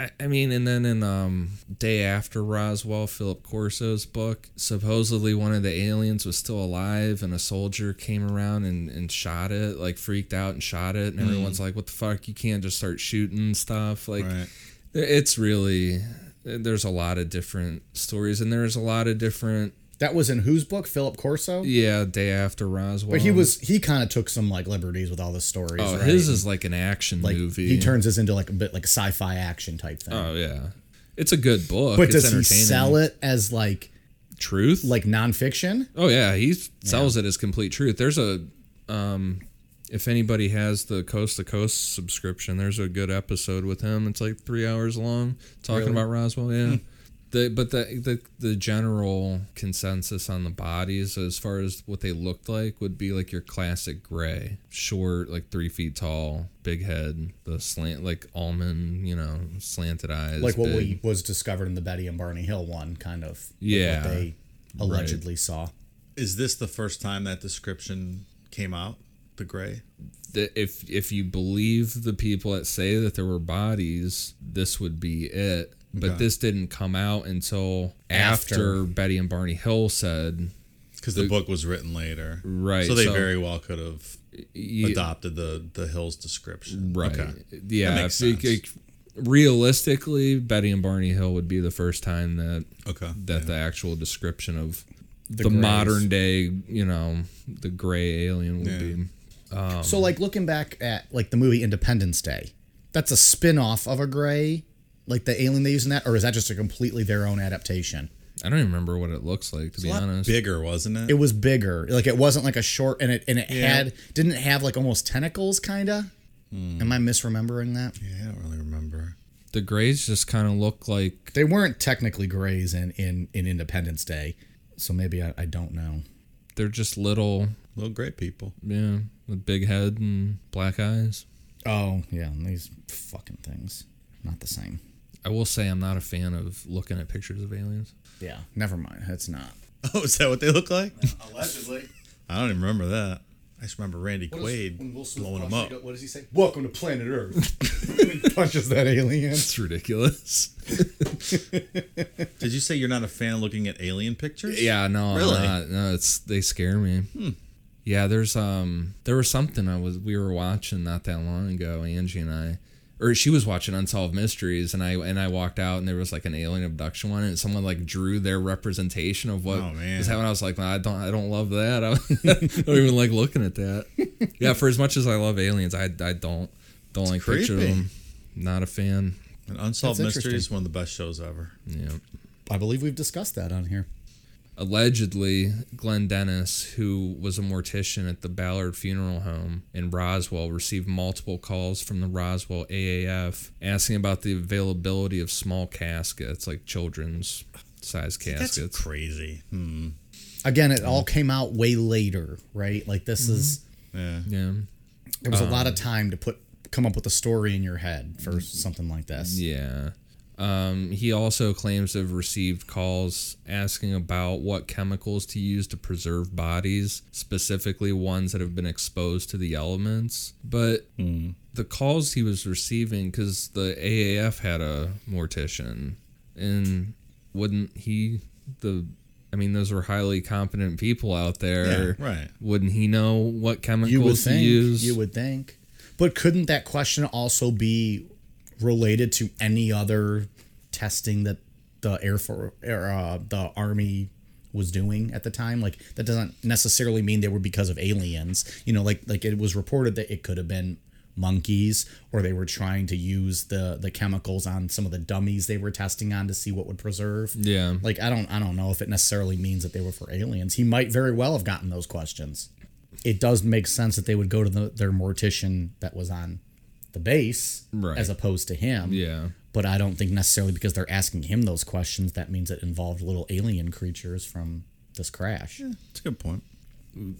S2: I, I mean, and then in um, day after Roswell, Philip Corso's book, supposedly one of the aliens was still alive, and a soldier came around and, and shot it, like freaked out and shot it, and
S1: Mm.
S2: everyone's like, "What the fuck? You can't just start shooting stuff!" Like,
S3: Right.
S2: it's really there's a lot of different stories, and there's a lot of different
S1: that was in whose book philip corso
S2: yeah. Day after Roswell,
S1: but he was he kind of took some like liberties with all the stories
S2: oh
S1: right?
S2: his is like an action
S1: like
S2: movie.
S1: he turns this into like a bit like sci-fi action type thing.
S2: oh yeah, it's a good book.
S1: but
S2: it's
S1: does he
S2: entertaining.
S1: sell it as like
S2: Truth
S1: like nonfiction?
S2: Oh yeah, he sells it as complete truth. There's a um if anybody has the coast to coast
S1: Hmm.
S2: subscription, there's a good episode with him. It's like 3 hours long talking about Roswell, yeah. The but the, the the general consensus on the bodies as far as what they looked like would be like your classic gray, short, like three feet tall, big head, the slant like almond, you know, slanted eyes.
S1: like what
S2: big.
S1: we was discovered in the Betty and Barney Hill one, kind of. like
S2: Yeah,
S1: What they allegedly saw.
S3: Is this the first time that description came out? The gray?
S2: that if if you believe the people that say that there were bodies, this would be it. But
S3: Okay.
S2: this didn't come out until after,
S1: After.
S2: Betty and Barney Hill said,
S3: Because the book was written later.
S2: Right,
S3: So they
S2: so-
S3: very well could have
S2: Ye-
S3: adopted the, the Hills description.
S2: right,
S3: Okay.
S2: yeah.
S3: That makes
S2: if you-
S3: sense.
S2: realistically, Betty and Barney Hill would be the first time that
S3: Okay.
S2: that
S3: yeah.
S2: the actual description of the,
S1: grays.
S2: modern day, you know, the gray alien would
S3: Yeah.
S2: be.
S1: so like looking back at like the movie Independence Day, that's a spin-off of a gray, like the alien they use in that, or is that just a completely their own adaptation?
S2: I don't even remember what it looks like to be
S3: It's a lot
S2: honest.
S3: bigger, wasn't it?
S1: It was bigger. Like it wasn't like a short and it and it had didn't it have like almost tentacles kinda? Am I misremembering that?
S3: yeah, I don't really remember.
S2: The grays just kind of look like
S1: They weren't technically grays in, in, in Independence Day, so maybe I, I don't know.
S2: they're just little
S3: Little gray people.
S2: Yeah, with big head and black eyes.
S1: Oh yeah, and these fucking things, not the same.
S2: I will say I'm not a fan of looking at pictures of aliens.
S1: Yeah, never mind. It's not.
S3: Oh, is that what they look like?
S1: Allegedly,
S3: I don't even remember that. I just remember Randy Quaid blowing them up.
S1: What does he say? Welcome to planet Earth. punches that alien.
S2: It's ridiculous.
S3: Did you say you're not a fan of looking at alien pictures?
S2: Yeah, no,
S3: Really? Hmm.
S2: I'm not. No, it's they scare me. Yeah, there's um there was something I was we were watching not that long ago, Angie and I. Or she was watching Unsolved Mysteries and I and I walked out and there was like an alien abduction one and someone like drew their representation of what
S3: Oh, man.
S2: was happening. I was like, "Nah, I don't I don't love that. I don't even like looking at that. yeah, for as much as I love aliens, I I don't don't like picture
S3: creepy.
S2: them. Not a fan.
S3: And Unsolved
S1: That's
S3: Mysteries,
S1: interesting.
S3: one of the best shows ever.
S2: Yeah.
S1: I believe we've discussed that on here.
S2: allegedly Glenn Dennis, who was a mortician at the Ballard Funeral Home in Roswell, received multiple calls from the Roswell AAF asking about the availability of small caskets, like children's size
S3: That's
S2: caskets.
S3: crazy. Hmm.
S1: Again, it all came out way later, right? Like this is
S3: Yeah.
S2: Mm-hmm. yeah. Um,
S1: there was a lot of time to put come up with a story in your head for something like this.
S2: Yeah. Um, he also claims to have received calls asking about what chemicals to use to preserve bodies, specifically ones that have been exposed to the elements. But
S1: Hmm.
S2: the calls he was receiving, because the AAF had a mortician, and wouldn't he, the, I mean, those were highly competent people out there.
S3: Yeah, right.
S2: Wouldn't he know what chemicals
S1: You would
S2: to
S1: think.
S2: use?
S1: You would think. But couldn't that question also be related to any other testing that the Air Force or uh, the Army was doing at the time? Like that doesn't necessarily mean they were because of aliens. You know, like like it was reported that it could have been monkeys or they were trying to use the the chemicals on some of the dummies they were testing on to see what would preserve.
S2: Yeah.
S1: Like I don't I don't know if it necessarily means that they were for aliens. He might very well have gotten those questions. It does make sense that they would go to the, their mortician that was on the base
S2: Right.
S1: as opposed to him.
S2: Yeah.
S1: But I don't think necessarily because they're asking him those questions that means it involved little alien creatures from this crash.
S3: It's a good point.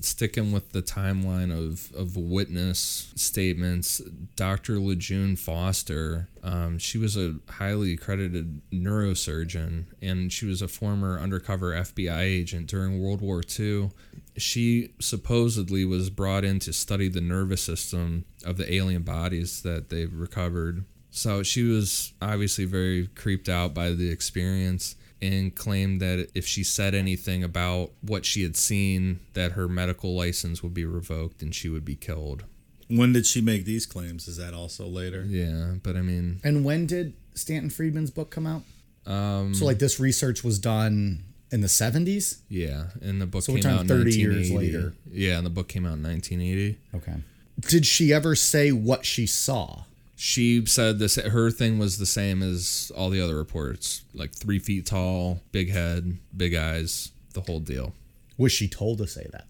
S2: sticking with the timeline of, of witness statements, Dr. Lejeune Foster, um, she was a highly accredited neurosurgeon and she was a former undercover FBI agent during World War II. She supposedly was brought in to study the nervous system of the alien bodies that they recovered. So she was obviously very creeped out by the experience and claimed that if she said anything about what she had seen, that her medical license would be revoked and she would be killed.
S3: When did she make these claims? Is that also later?
S2: Yeah, but I mean,
S1: And when did Stanton Friedman's book come out? Um, so like this research was done in the 70s?
S2: yeah, and the book
S1: So we're
S2: came
S1: talking
S2: out
S1: 30
S2: 30
S1: years later.
S2: Yeah, and the book came out in 1980.
S1: Okay. Did she ever say what she saw?
S2: She said this her thing was the same as all the other reports, like 3 feet tall, big head, big eyes, the whole deal.
S1: Was she told to say that?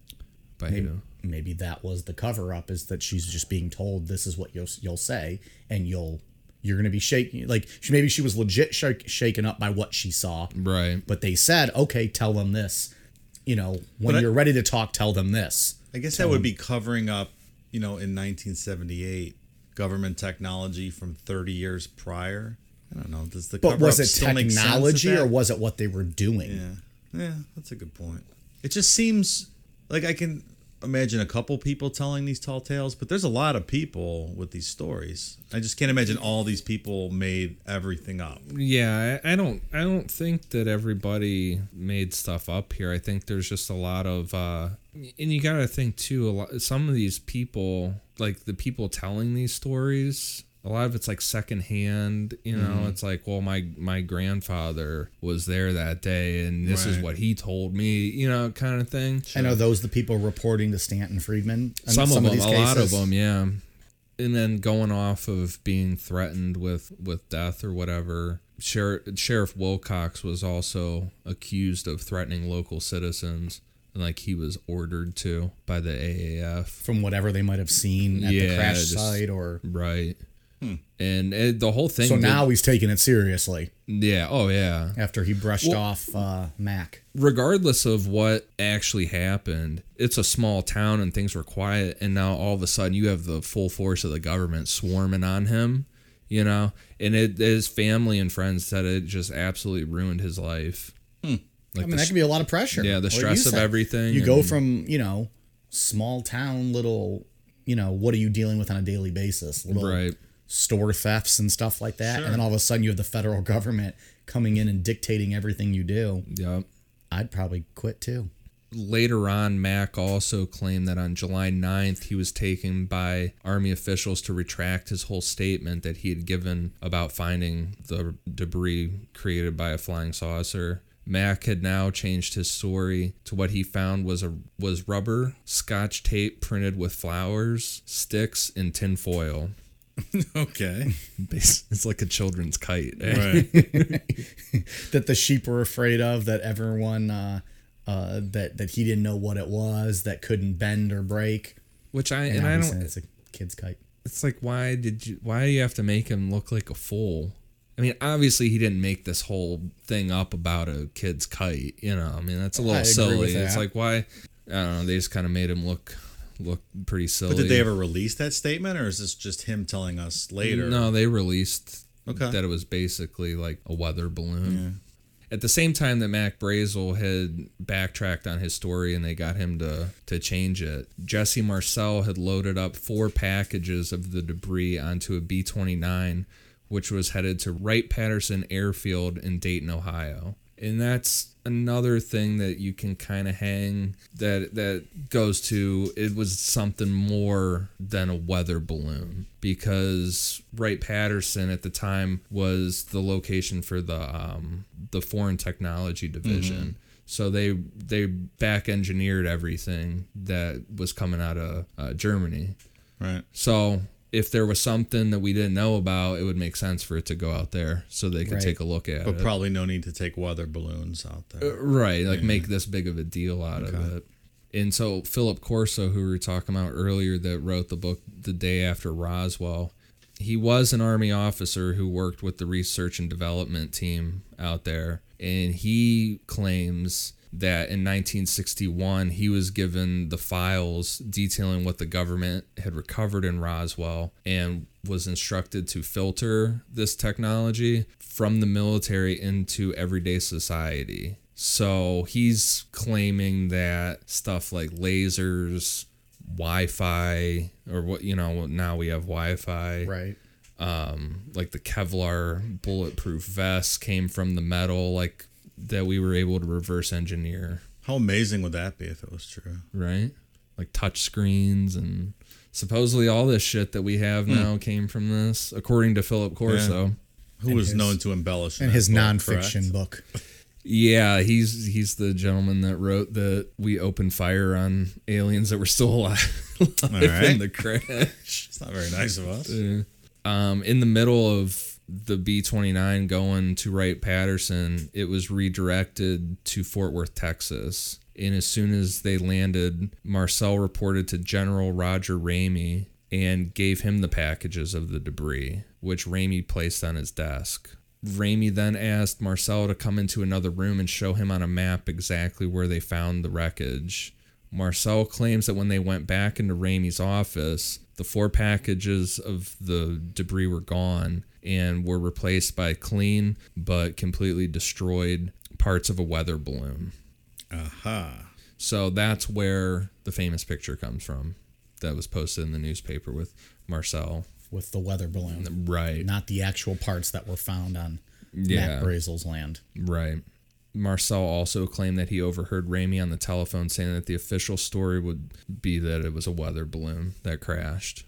S2: By
S1: maybe,
S2: who?
S1: maybe that was the cover up is that she's just being told this is what you'll you'll say and you'll You're going to be shaking. Like she, maybe she was legit shak shaken up by what she saw.
S2: Right.
S1: But they said, okay, tell them this. You know, when
S3: But I-
S1: you're ready to talk, tell them this.
S3: I guess that would be covering up, you know, in 1978, government technology from 30 years prior. I don't know. Does the
S1: But
S3: cover
S1: was
S3: up
S1: it
S3: still make sense at
S1: technology
S3: that?
S1: or was it what they were doing?
S3: Yeah, yeah, that's a good point. It just seems like I can imagine a couple people telling these tall tales, but there's a lot of people with these stories. I just can't imagine all these people made everything up.
S2: Yeah, I, I don't I don't think that everybody made stuff up here. I think there's just a lot of uh and you got to think too a lot some of these people like the people telling these stories a lot of it's like secondhand, you know. It's like, well, my my grandfather was there that day, and this is
S3: Right.
S2: what he told me, you know, kind of thing.
S1: And are those the people reporting to Stanton Friedman? And
S2: some, of them, a lot of them, yeah. And then going off of being threatened with with death or whatever. Sheriff, Sheriff Wilcox was also accused of threatening local citizens, and like he was ordered to by the AAF.
S1: from whatever they might have seen at the
S2: Yeah,
S1: crash
S2: just-
S1: site or.
S2: Right. And it, the whole thing.
S1: So
S2: did-
S1: now he's taking it seriously
S2: yeah. Oh, yeah.
S1: after he brushed off uh, Mac.
S2: regardless of what actually happened, it's a small town and things were quiet. And now all of a sudden you have the full force of the government swarming on him, you know? And it, his family and friends said it just absolutely ruined his life. Like
S1: I mean,
S2: the
S1: that could be a lot of pressure.
S2: yeah, the
S1: Like you
S2: stress of
S1: said,
S2: everything
S1: You go
S2: and-
S1: from you know small town, little you know what are you dealing with on a daily basis? Little
S2: Right.
S1: store thefts and stuff like that, and then all of a sudden you have the federal government coming in and dictating everything you do.
S2: Yep.
S1: I'd probably quit too.
S2: Later on, Mack also claimed that on July 9th, he was taken by Army officials to retract his whole statement that he had given about finding the debris created by a flying saucer. Mack had now changed his story to what he found was a was rubber, scotch tape printed with flowers, sticks, and tin foil.
S3: Okay,
S2: It's like a children's kite. eh?
S3: right.
S1: That the sheep were afraid of. That everyone uh, uh, that that he didn't know what it was. That couldn't bend or break.
S2: Which I
S1: And,
S2: and I
S1: obviously
S2: don't
S1: It's a kid's kite.
S2: it's like why did you why do you have to make him look like a fool i mean obviously he didn't make this whole thing up about a kid's kite you know i mean that's a little
S1: agree with
S2: silly it's
S1: that.
S2: like why i don't know they just kind of made him look look pretty silly
S3: But did they ever release that statement, or is this just him telling us later?
S2: no they released
S3: Okay.
S2: that it was basically like a weather balloon At the same time that Mac Brazel had backtracked on his story and they got him to, to change it, Jesse Marcel had loaded up four packages of the debris onto a B 29, which was headed to Wright Patterson Airfield in Dayton, Ohio. And that's another thing that you can kind of hang that that goes to it was something more than a weather balloon because Wright Patterson at the time was the location for the um, the foreign technology division. So they they back engineered everything that was coming out of uh, Germany.
S3: Right.
S2: So if there was something that we didn't know about, it would make sense for it to go out there so they could
S1: Right.
S2: take a look at
S3: But
S2: it.
S3: probably no need to take weather balloons out there.
S1: Uh,
S2: Right, like make this big of a deal out of it. And so Philip Corso, who we were talking about earlier, that wrote the book The Day After Roswell, he was an Army officer who worked with the research and development team out there. And he claims that in 1961, he was given the files detailing what the government had recovered in Roswell and was instructed to filter this technology from the military into everyday society. So he's claiming that stuff like lasers, Wi Fi, or what, you know, now we have Wi Fi
S1: Right.
S2: like the Kevlar bulletproof vest came from the metal like that we were able to reverse engineer,
S3: How amazing would that be if it was true?
S2: right? Like touch screens and supposedly all this shit that we have now came from this, according to Philip Corso.
S3: Who was known to embellish
S1: And
S3: that
S1: his
S3: book,
S1: nonfiction
S3: correct?
S1: book.
S2: Yeah, he's he's the gentleman that wrote that we opened fire on aliens that were still alive in
S3: right.
S2: the crash.
S3: It's not very nice of us.
S2: um, in the middle of the B 29 going to Wright Patterson, it was redirected to Fort Worth, Texas. And as soon as they landed, Marcel reported to General Roger Ramey and gave him the packages of the debris, which Ramey placed on his desk. Ramey then asked Marcel to come into another room and show him on a map exactly where they found the wreckage. Marcel claims that when they went back into Ramey's office, the four packages of the debris were gone and were replaced by clean but completely destroyed parts of a weather balloon.
S3: Aha.
S2: So that's where the famous picture comes from that was posted in the newspaper with Marcel.
S1: with the weather balloon,
S2: Right.
S1: not the actual parts that were found on
S2: Yeah.
S1: Matt Brazel's land.
S2: Right. Marcel also claimed that he overheard Ramey on the telephone saying that the official story would be that it was a weather balloon that crashed.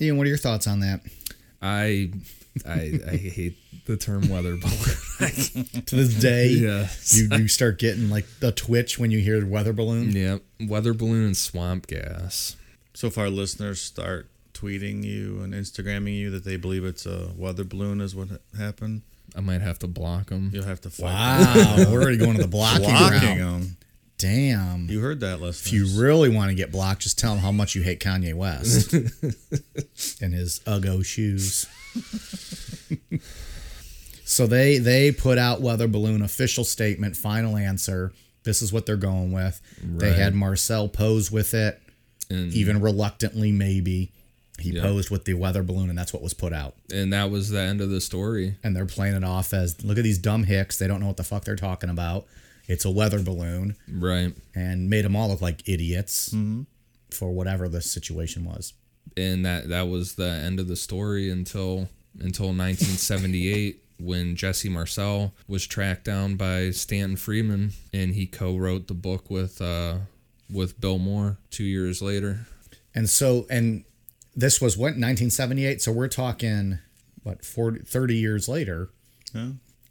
S1: Ian, what are your thoughts on that?
S2: I I, I hate the term weather balloon.
S1: To this day,
S2: Yeah.
S1: you, you start getting like the twitch when you hear the weather balloon.
S2: yeah, weather balloon and swamp gas.
S3: So if our listeners start tweeting you and Instagramming you that they believe it's a weather balloon is what ha- happened,
S2: I might have to block them.
S3: you'll have to fight.
S1: Wow, we're already going to the
S3: them.
S1: blocking,
S3: Blocking
S1: round.
S3: them.
S1: Damn.
S3: You heard that, listeners.
S1: If you really want to get blocked, just tell them how much you hate Kanye West and his Uggo shoes. so they they put out weather balloon official statement, final answer. This is what they're going with. They
S2: Right.
S1: had Marcel pose with it,
S2: And-
S1: even reluctantly, maybe. He posed with the weather balloon, and that's what was put out.
S2: And that was the end of the story.
S1: And they're playing it off as look at these dumb hicks. They don't know what the fuck they're talking about. It's a weather balloon
S2: Right.
S1: and made them all look like idiots
S2: Mm-hmm.
S1: for whatever the situation was.
S2: and that that was the end of the story until until 1978 when Jesse Marcel was tracked down by Stanton Freeman and he co-wrote the book with uh with Bill Moore 2 years later.
S1: And so, and this was what 1978. So we're talking what 40, 30 years later.
S3: Yeah.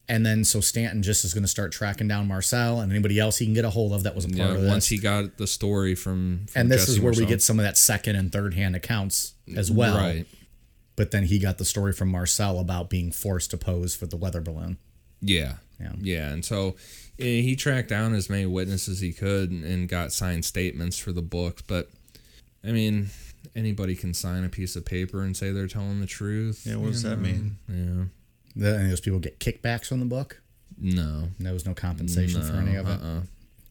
S1: And then so Stanton just is going to start tracking down Marcel and anybody else he can get a hold of that was a part
S2: Yeah,
S1: of this.
S2: once he got the story from, from
S1: and this
S2: Jesse
S1: is where we
S2: Marcel.
S1: get some of that second and third hand accounts as well.
S2: Right.
S1: But then he got the story from Marcel about being forced to pose for the weather balloon.
S2: Yeah. Yeah. And so eh, he tracked down as many witnesses he could and, and got signed statements for the book. But I mean, anybody can sign a piece of paper and say they're telling the truth.
S3: Yeah, what does that mean?
S2: Yeah.
S1: The, and those people get kickbacks on the book.
S2: No.
S1: And there was no compensation for any of it.
S2: Uh-uh.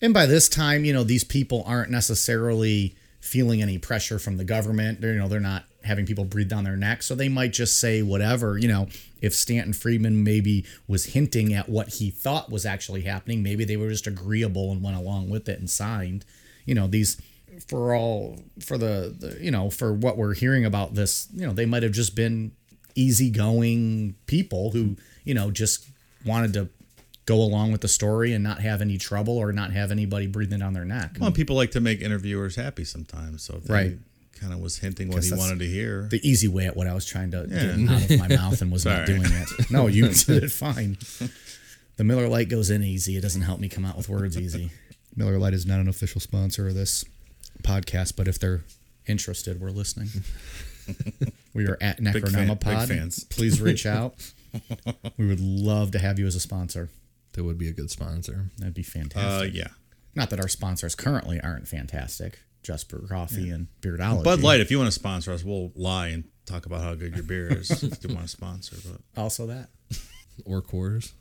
S1: And by this time, you know, these people aren't necessarily feeling any pressure from the government. They're, you know, they're not having people breathe down their neck. So they might just say whatever, you know, if Stanton Friedman maybe was hinting at what he thought was actually happening, maybe they were just agreeable and went along with it and signed, you know, these for all for the, the you know, for what we're hearing about this, you know, they might have just been easygoing people who, you know, just wanted to go along with the story and not have any trouble or not have anybody breathing down their neck.
S3: Well, people like to make interviewers happy sometimes. So if they
S1: Right.
S3: kind of was hinting what
S1: Guess
S3: he
S1: that's
S3: wanted to hear.
S1: the easy way at what I was trying to get out of my mouth and was not
S3: Sorry.
S1: doing it. No, you did it fine. The Miller Lite goes in easy. It doesn't help me come out with words easy. Miller Lite is not an official sponsor of this podcast, but if they're interested, we're listening. We are at
S3: fan- big
S1: Necronomapod.
S3: fans.
S1: Please reach out. We would love to have you as a sponsor.
S2: That would be a good sponsor.
S1: That'd be fantastic.
S3: uh, yeah.
S1: Not that our sponsors currently aren't fantastic. Just Brew Coffee and Beardology.
S3: Bud Light, if you want to sponsor us, we'll lie and talk about how good your beer is if you want to sponsor. But
S1: Also that.
S2: Or Coors.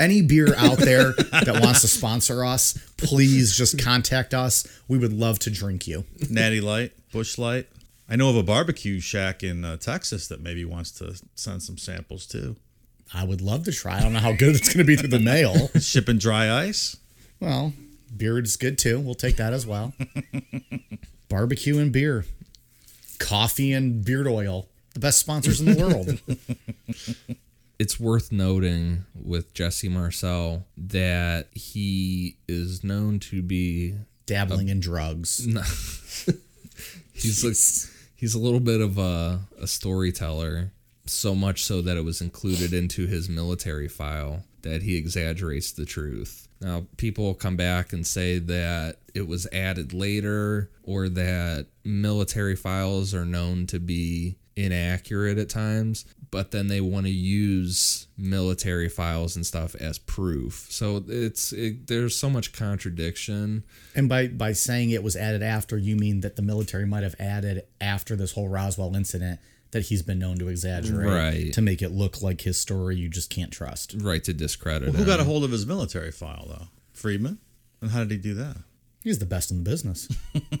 S1: any beer out there that wants to sponsor us, please just contact us. We would love to drink you.
S3: Natty Light, Bush Light. I know of a barbecue shack in uh, Texas that maybe wants to send some samples too.
S1: I would love to try. I don't know how good it's going to be through the mail.
S3: Shipping dry ice.
S1: Well, beer's good too. We'll take that as well. Barbecue and beer, coffee and beard oil. The best sponsors in the world.
S2: It's worth noting with Jesse Marcel that he is known to be
S1: Dabbling in drugs.
S2: he's like, he's a little bit of a, a storyteller, so much so that it was included into his military file that he exaggerates the truth. Now people come back and say that it was added later or that military files are known to be inaccurate at times, but then they want to use military files and stuff as proof. So it's it, there's so much contradiction.
S1: And by by saying it was added after, you mean that the military might have added after this whole Roswell incident that he's been known to exaggerate
S2: Right.
S1: to make it look like his story you just can't trust.
S2: Right to discredit.
S3: Well, who got a
S2: him.
S3: hold of his military file though? Friedman. And how did he do that?
S1: He's the best in the business.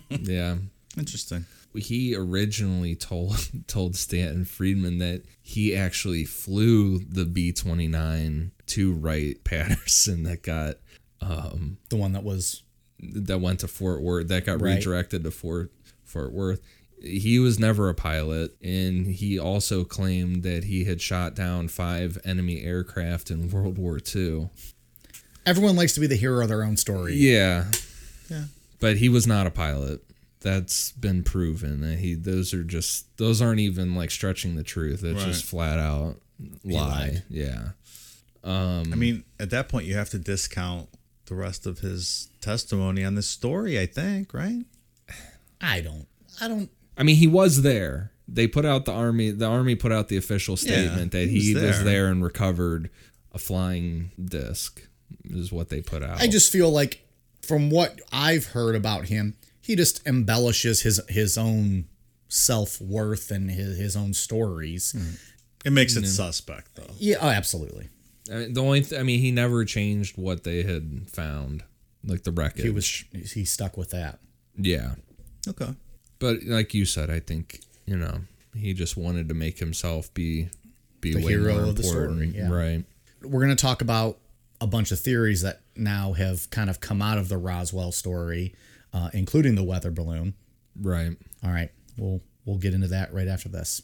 S2: Yeah.
S3: Interesting.
S2: he originally told told Stanton Friedman that he actually flew the B twenty nine to Wright Patterson that got
S1: the one that was
S2: that went to Fort Worth that got
S1: Right.
S2: redirected to Fort Fort Worth. He was never a pilot, and he also claimed that he had shot down five enemy aircraft in World War II.
S1: everyone likes to be the hero of their own story.
S2: Yeah,
S3: Yeah.
S2: but he was not a pilot. That's been proven. That he those are just those aren't even like stretching the truth. It's
S3: Right.
S2: just flat out
S1: lied.
S2: lie. Yeah,
S3: I mean, at that point, you have to discount the rest of his testimony on this story. I think, right?
S1: I don't. I don't.
S2: I mean he was there. They put out the army. The army put out the official statement that
S3: he
S2: he
S3: was
S2: was
S3: there.
S2: there and recovered a flying disc. Is what they put out.
S1: I just feel like from what I've heard about him, he just embellishes his his own self worth and his, his own stories.
S2: Mm.
S3: It makes it suspect, though.
S1: Yeah, oh, absolutely.
S2: I mean, the only. Th- I mean, he never changed what they had found, like the wreckage.
S1: He was he stuck with that.
S2: Yeah.
S3: Okay.
S2: But like you said, I think you know he just wanted to make himself be be
S1: The
S2: way
S1: hero
S2: more
S1: of the story,
S2: important,
S1: yeah.
S2: right?
S1: We're going to talk about a bunch of theories that now have kind of come out of the Roswell story, uh, including the weather balloon.
S2: Right.
S1: All right, we'll we'll get into that right after this.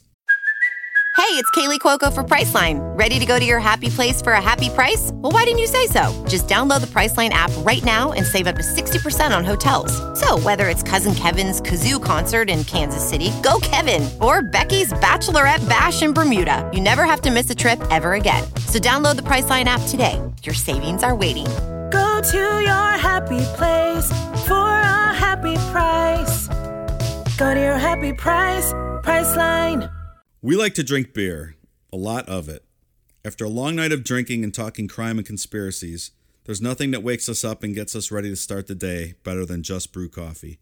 S5: Hey, it's Kaylee Cuoco for Priceline. Ready to go to your happy place for a happy price? Well, why didn't you say so? Just download the Priceline app right now and save up to 60% on hotels. So, whether it's Cousin Kevin's Kazoo concert in Kansas City, go Kevin, or Becky's Bachelorette Bash in Bermuda, you never have to miss a trip ever again. So, download the Priceline app today. Your savings are waiting.
S6: Go to your happy place for a happy price. Go to your happy price, Priceline.
S3: We like to drink beer, a lot of it. After a long night of drinking and talking crime and conspiracies, there's nothing that wakes us up and gets us ready to start the day better than just brew coffee.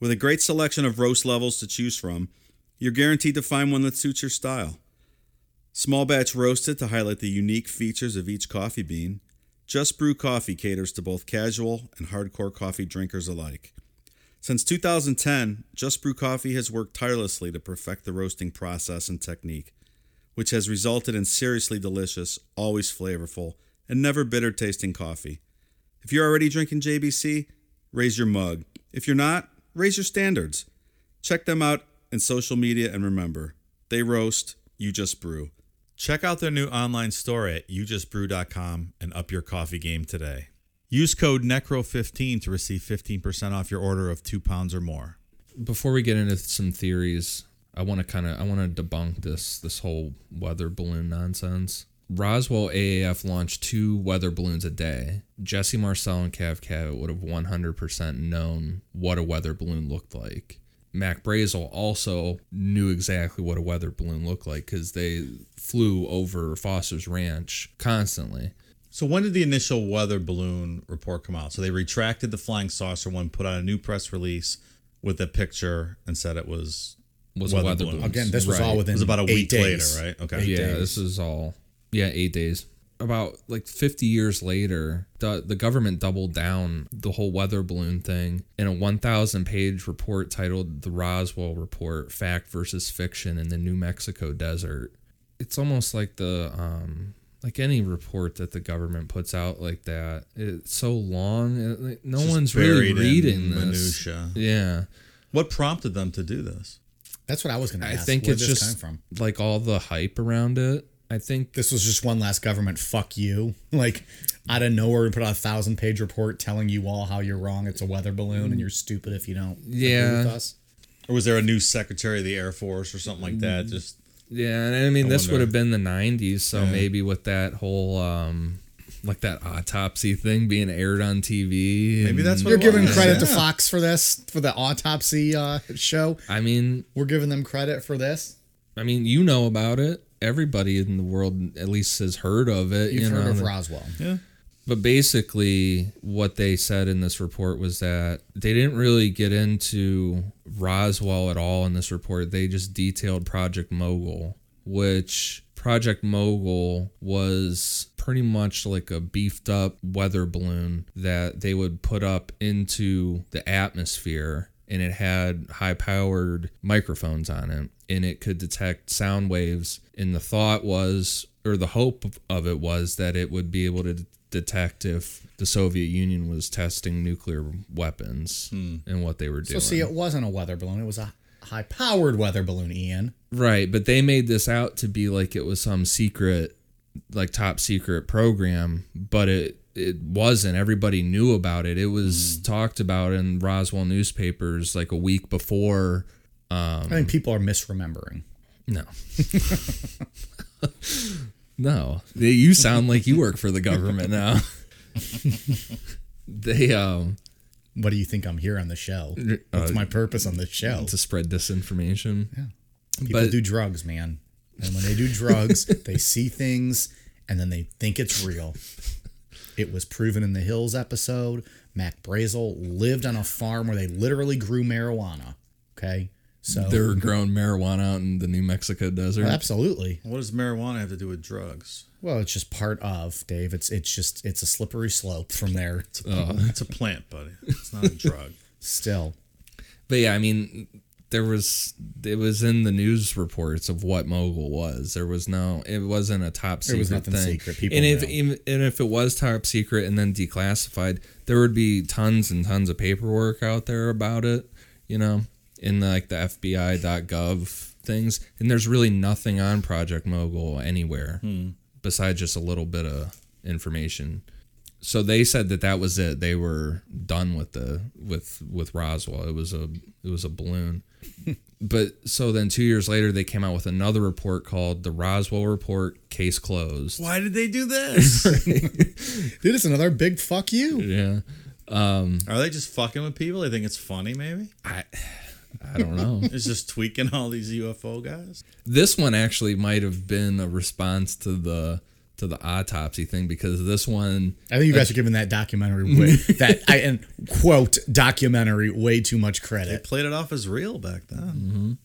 S3: With a great selection of roast levels to choose from, you're guaranteed to find one that suits your style. Small batch roasted to highlight the unique features of each coffee bean, Just Brew Coffee caters to both casual and hardcore coffee drinkers alike. Since 2010, Just Brew Coffee has worked tirelessly to perfect the roasting process and technique, which has resulted in seriously delicious, always flavorful, and never bitter tasting coffee. If you're already drinking JBC, raise your mug. If you're not, raise your standards. Check them out in social media and remember, they roast, you just brew. Check out their new online store at youjustbrew.com and up your coffee game today. Use code NECRO15 to receive 15% off your order of two pounds or more.
S2: Before we get into some theories, I want to kind of I want to debunk this this whole weather balloon nonsense. Roswell AAF launched two weather balloons a day. Jesse Marcel and Cav Cavett would have 100% known what a weather balloon looked like. Mac Brazel also knew exactly what a weather balloon looked like because they flew over Foster's Ranch constantly.
S3: So, when did the initial weather balloon report come out? So, they retracted the flying saucer one, put out a new press release with a picture and said it was.
S2: Was
S3: Weather
S2: a weather
S3: balloon.
S2: balloon.
S1: Again, this was
S2: Right.
S1: all within
S3: It was about a
S1: eight
S3: week
S1: days.
S3: later, right? Okay.
S2: yeah, this is all. Yeah, eight days. About like 50 years later, the, the government doubled down the whole weather balloon thing in a 1,000 page report titled The Roswell Report Fact versus Fiction in the New Mexico Desert. It's almost like the, um, like any report that the government puts out like that, it's so long. it- like, no
S3: Just
S2: one's really
S3: buried in
S2: reading this.
S3: minutia.
S2: Yeah.
S3: What prompted them to do this?
S1: That's what I was going to
S2: I
S1: ask.
S2: think
S1: Where
S2: it's
S1: this
S2: just
S1: come from.
S2: like all the hype around it. I think
S1: This was just one last government fuck you. Like out of nowhere, we put out a thousand page report telling you all how you're wrong. It's a weather balloon, and you're stupid if you don't. Agree
S2: Yeah.
S1: with us.
S3: Or was there a new secretary of the Air Force or something like
S2: Mm.
S3: that? Just
S2: Yeah, and I mean, this
S3: wonder.
S2: would have been the 90s, so maybe with that whole, um, like that autopsy thing being aired on TV.
S3: maybe
S2: and-
S3: that's what
S1: You're
S3: it
S1: giving
S3: was.
S1: credit to
S3: Yeah.
S1: Fox for this for the autopsy uh, show.
S2: I mean,
S1: We're giving them credit for this.
S2: I mean, you know about it. Everybody in the world at least has heard of it.
S1: You've
S2: you
S1: heard
S2: know,
S1: of Roswell.
S2: But basically, what they said in this report was that they didn't really get into Roswell at all in this report. They just detailed Project Mogul, which Project Mogul was pretty much like a beefed up weather balloon that they would put up into the atmosphere and it had high powered microphones on it and it could detect sound waves and the thought was or the hope of it was that it would be able to d- detect if the Soviet Union was testing nuclear weapons and what they were
S1: So
S2: doing.
S1: see, it wasn't a weather balloon. It was a high-powered weather balloon, Ian.
S2: right, but they made this out to be like it was some secret like top secret program, but it it wasn't. Everybody knew about it. It was talked about in Roswell newspapers like a week before
S1: I
S2: Um,
S1: think people are misremembering.
S2: No. no. You sound like you work for the government now. they um
S1: What do you think I'm here on the show?
S2: Uh,
S1: What's my purpose on the show?
S2: to spread disinformation. Yeah.
S1: People
S2: but-
S1: do drugs, man. And when they do drugs, they see things and then they think it's real. It was proven in the Hills episode. Mac Brazel lived on a farm where they literally grew marijuana. Okay. So
S2: They're growing marijuana out in the New Mexico desert.
S1: absolutely.
S3: What does marijuana have to do with drugs?
S1: Well, it's just part of, Dave. It's it's just it's a slippery slope from there
S2: Uh,
S3: It's a plant, buddy. It's not a drug.
S1: still.
S2: But yeah, I mean, there was it was in the news reports of what mogul was. There was no, it wasn't a top secret.
S1: was nothing
S2: thing.
S1: secret. People
S2: and if
S1: know.
S2: even and if it was top secret and then declassified, there would be tons and tons of paperwork out there about it. You know, in like the FBI.gov things, and there's really nothing on Project Mogul anywhere
S1: Hmm.
S2: besides just a little bit of information so they said that that was it. They were done with the with with Roswell. It was a it was a balloon. but so then two years later, they came out with another report called the Roswell Report. Case closed.
S3: Why did they do this?
S1: Dude, it's another big fuck you.
S2: Yeah,
S3: Are they just fucking with people? They think it's funny, maybe?
S2: I don't know.
S3: It's just tweaking all these UFO guys?
S2: this one actually might have been a response to the to the autopsy thing because this one
S1: I think you guys are giving that documentary way, that I and quote documentary way too much
S3: They
S1: credit.
S3: played it off as real back then.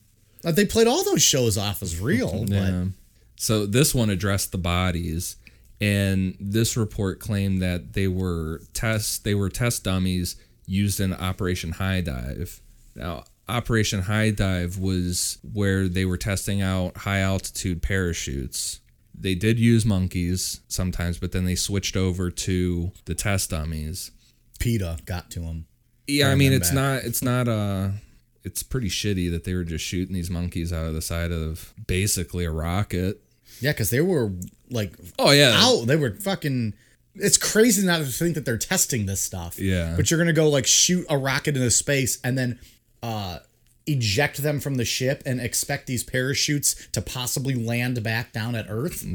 S1: Like, They played all those shows off as real, but
S2: Um, So this one addressed the bodies, and this report claimed that they were test they were test dummies used in Operation High Dive. Now, Operation High Dive was where they were testing out high altitude parachutes. They did use monkeys sometimes, but then they switched over to the test dummies.
S1: PETA got to him.
S2: Yeah, I mean
S1: them
S2: it's not it's not uh it's pretty shitty that they were just shooting these monkeys out of the side of basically a rocket.
S1: Yeah, because they were like,
S2: Oh yeah.
S1: out. They were fucking. It's crazy not to think that they're testing this stuff.
S2: Yeah.
S1: But you're gonna go like shoot a rocket into space and then uh, eject them from the ship and expect these parachutes to possibly land back down at Earth.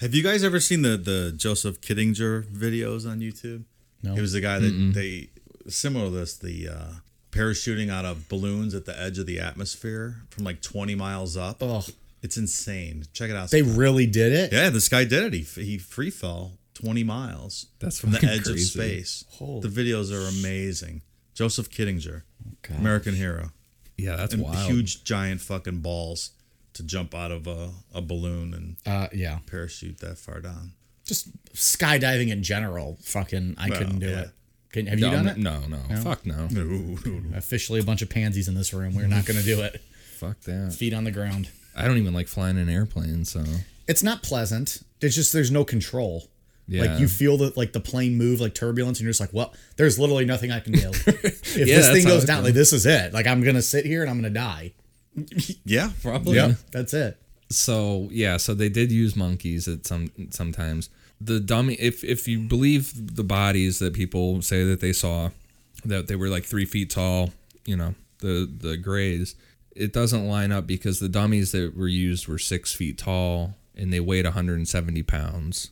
S3: Have you guys ever seen the the Joseph Kittinger videos on YouTube? No. He was the guy that they similar to this, the uh parachuting out of balloons at the edge of the atmosphere from like 20 miles up.
S1: Oh,
S3: It's insane. Check it out.
S1: they really did it.
S3: yeah, this guy did it. He, f- he free fell 20 miles
S2: That's
S3: from the
S2: fucking
S3: edge of
S2: crazy.
S3: space. the videos are amazing. Joseph Kittinger, American hero.
S2: Yeah, that's
S3: And
S2: wild.
S3: huge giant fucking balls to jump out of a, a balloon and
S1: Uh, yeah.
S3: parachute that far down.
S1: Just skydiving in general. Fucking, I couldn't do
S3: yeah.
S1: it. Can, have
S2: no,
S1: you done it?
S2: No, no, Fuck no.
S1: Officially, a bunch of pansies in this room. We're not gonna do it.
S2: Fuck that.
S1: Feet on the ground.
S2: I don't even like flying an airplane, so
S1: it's not pleasant. It's just there's no control.
S2: Yeah.
S1: Like you feel that like the plane move like turbulence, and you're just like, well, there's literally nothing I can do. if this
S2: that's
S1: thing
S2: how
S1: goes
S2: it
S1: down,
S2: goes.
S1: like this is it. Like I'm gonna sit here and I'm gonna die.
S3: Yeah.
S2: probably.
S1: that's it.
S2: So yeah, so they did use monkeys at some sometimes. The dummy, if if you believe the bodies that people say that they saw, that they were like three feet tall, you know, the the grays, it doesn't line up because the dummies that were used were six feet tall and they weighed 170 pounds.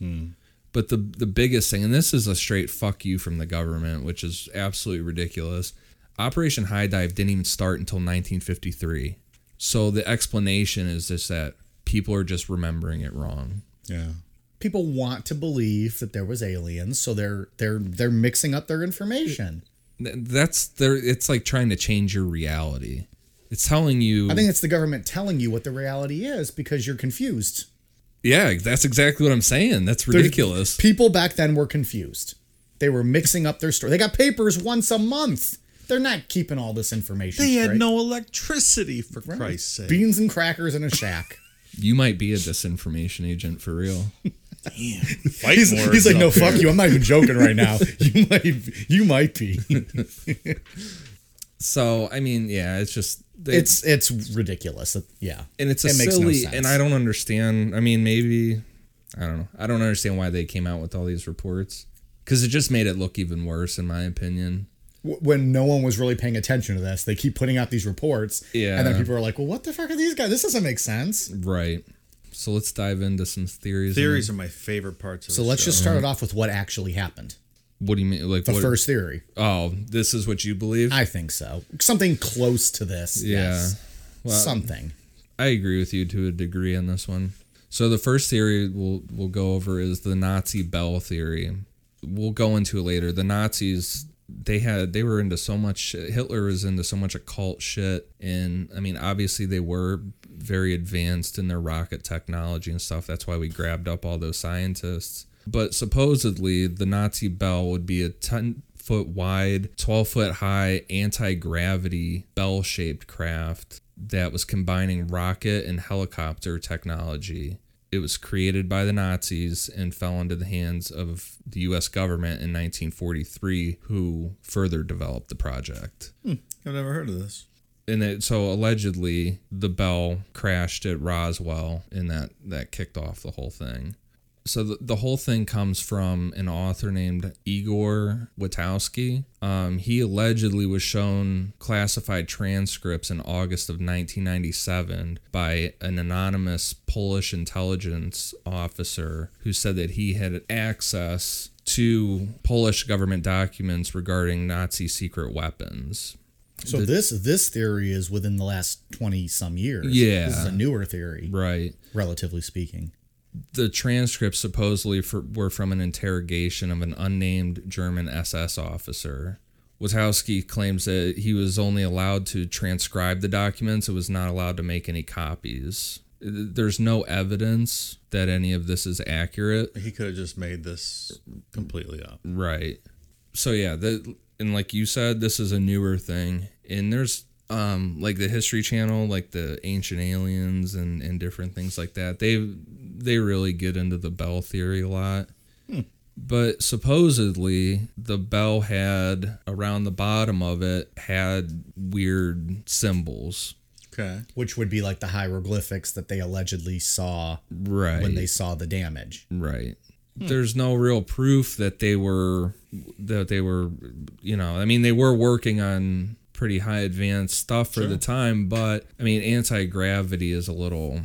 S2: But the the biggest thing, and this is a straight fuck you from the government, which is absolutely ridiculous. Operation High Dive didn't even start until 1953. So the explanation is just that people are just remembering it wrong.
S3: Yeah.
S1: People want to believe that there was aliens, so they're they're they're mixing up their information.
S2: Th- That's there. It's like trying to change your reality. It's telling you.
S1: I think it's the government telling you what the reality is because you're confused.
S2: yeah, that's exactly what I'm saying. That's
S1: They're-
S2: ridiculous.
S1: People back then were confused. They were mixing up their story. They got papers once a month. They're not keeping all this information.
S3: They had
S1: straight.
S3: no electricity for Christ's sake.
S1: beans and crackers in a shack.
S2: you might be a disinformation agent for real.
S1: he's, he's like, no, fuck you. I'm not even joking right now. You might, you might be.
S2: So I mean, yeah, it's just they-
S1: It's it's ridiculous. Yeah,
S2: and it's a
S1: it makes no
S2: silly
S1: sense.
S2: and I don't understand. I mean, maybe I don't know. I don't understand why they came out with all these reports because it just made it look even worse, in my opinion.
S1: W- when no one was really paying attention to this, they keep putting out these reports.
S2: Yeah.
S1: and then people are like, well, what the fuck are these guys? This doesn't make sense.
S2: Right. So let's dive into some theories.
S3: Theories are my favorite parts of
S1: So
S3: the
S1: let's
S3: show.
S1: just start it off with what actually happened.
S2: What do you mean? Like
S1: The
S2: what-
S1: first theory.
S2: Oh, this is what you believe.
S1: I think so. Something close to this.
S2: Yeah.
S1: Yes. Something.
S2: I agree with you to a degree on this one. So the first theory we'll we'll go over is the Nazi bell theory. We'll go into it later. The Nazis they had they were into so much shit. Hitler was into so much occult shit and I mean obviously they were very advanced in their rocket technology and stuff. That's why we grabbed up all those scientists. But supposedly the Nazi bell would be a 10 foot wide, 12 foot high anti gravity bell shaped craft that was combining rocket and helicopter technology. It was created by the Nazis and fell into the hands of the US government in 1943, who further developed the project.
S3: I've never heard of this.
S2: And it, so allegedly, the bell crashed at Roswell, and that, that kicked off the whole thing. So the, the whole thing comes from an author named Igor Witowski. Um, he allegedly was shown classified transcripts in August of 1997 by an anonymous Polish intelligence officer who said that he had access to Polish government documents regarding Nazi secret weapons.
S1: So this this theory is within the last twenty some years.
S2: Yeah.
S1: This is a newer theory,
S2: Right.
S1: relatively speaking.
S2: the transcripts supposedly for, were from an interrogation of an unnamed German SS officer. Wazowski claims that he was only allowed to transcribe the documents and was not allowed to make any copies. There's no evidence that any of this is accurate.
S3: He could have just made this completely up.
S2: Right. So yeah, the and like you said, this is a newer thing, and there's um like the History Channel, like the Ancient Aliens and and different things like that. They they really get into the Bell theory a lot.
S1: Hmm.
S2: But supposedly the bell had around the bottom of it had weird symbols.
S3: Okay.
S1: Which would be like the hieroglyphics that they allegedly saw
S2: Right.
S1: when they saw the damage.
S2: Right. There's no real proof that they were that they were, you know, I mean they were working on pretty high advanced stuff for the time, but I mean anti-gravity is a little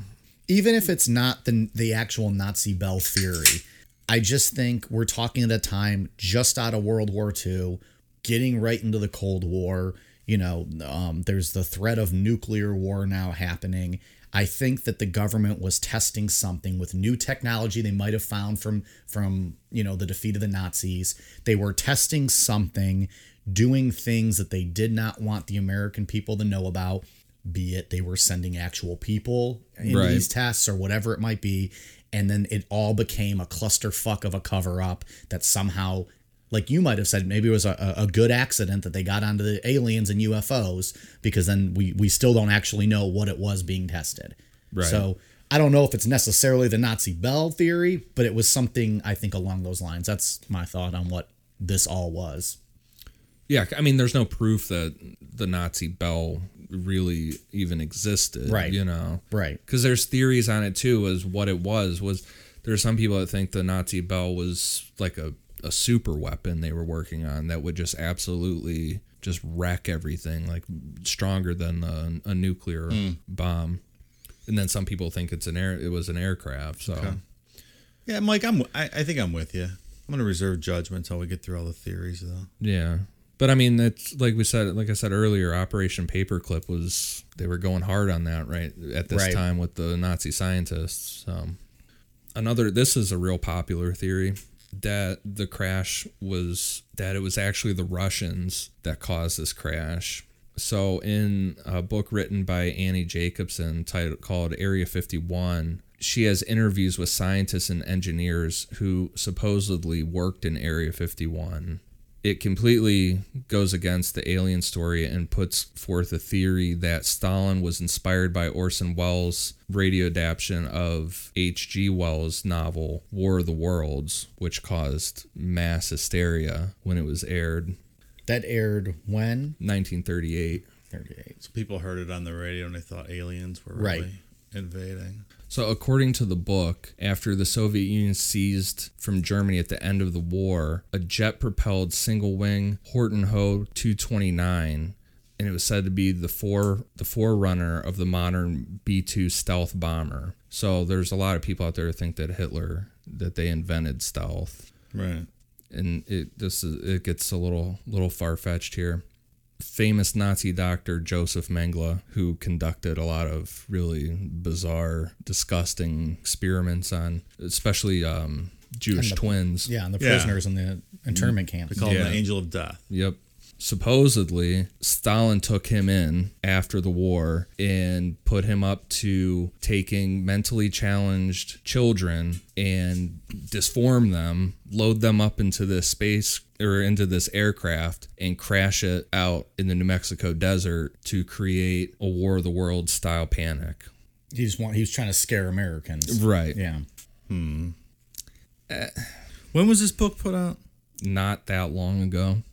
S1: Even if it's not the the actual Nazi Bell theory, I just think we're talking at a time just out of World War II, getting right into the Cold War. You know, um, there's the threat of nuclear war now happening. I think that the government was testing something with new technology they might have found from from you know the defeat of the Nazis. They were testing something, doing things that they did not want the American people to know about. Be it they were sending actual people into
S2: Right.
S1: these tests or whatever it might be, and then it all became a clusterfuck of a cover up that somehow like you might have said maybe it was a, a a good accident that they got onto the aliens and ufos because then we we still don't actually know what it was being tested
S2: Right.
S1: so i don't know if it's necessarily the nazi bell theory but it was something i think along those lines that's my thought on what this all was
S2: Yeah, I mean there's no proof that the Nazi bell really even existed,
S1: Right.
S2: you know.
S1: right
S2: because there's theories on it too as what it was was there are some people that think the nazi bell was like a, a super weapon they were working on that would just absolutely just wreck everything like stronger than a, a nuclear bomb and then some people think it's an air it was an aircraft so
S3: Yeah, Mike, I'm. I, I think I'm with you. I'm gonna reserve judgment until we get through all the theories, though.
S2: yeah But I mean, it's like we said, like I said earlier, Operation Paperclip was they were going hard on that right at this
S1: Right.
S2: time with the Nazi scientists. Um, another, this is a real popular theory that the crash was that it was actually the Russians that caused this crash. So, in a book written by Annie Jacobson titled called Area 51, she has interviews with scientists and engineers who supposedly worked in Area 51 it completely goes against the alien story and puts forth a theory that Stalin was inspired by Orson Welles' radio adaptation of H.G. Wells' novel War of the Worlds, which caused mass hysteria when it was aired
S1: That aired when?
S2: 1938.
S1: 38.
S3: So people heard it on the radio and they thought aliens were
S1: Right.
S3: really invading.
S2: So, according to the book, after the Soviet Union seized from Germany at the end of the war, a jet propelled single wing Horton Ho 229, and it was said to be the, fore, the forerunner of the modern B 2 stealth bomber. So, there's a lot of people out there who think that Hitler, that they invented stealth
S3: Right.
S2: and it this is, it gets a little little far fetched here. Famous Nazi doctor Joseph Mengele, who conducted a lot of really bizarre, disgusting experiments on, especially um, Jewish twins.
S1: Yeah, and the
S3: Yeah. Mm.
S1: prisoners in the internment camps.
S3: They call him
S2: Yeah.
S3: the angel of death.
S2: Yep. Supposedly, Stalin took him in after the war and put him up to taking mentally challenged children and disform them, load them up into this space or into this aircraft and crash it out in the New Mexico desert to create a War of the World style panic.
S1: He just want he was trying to scare Americans.
S2: Right.
S1: Yeah.
S3: When was this book put out?
S2: Not that long ago.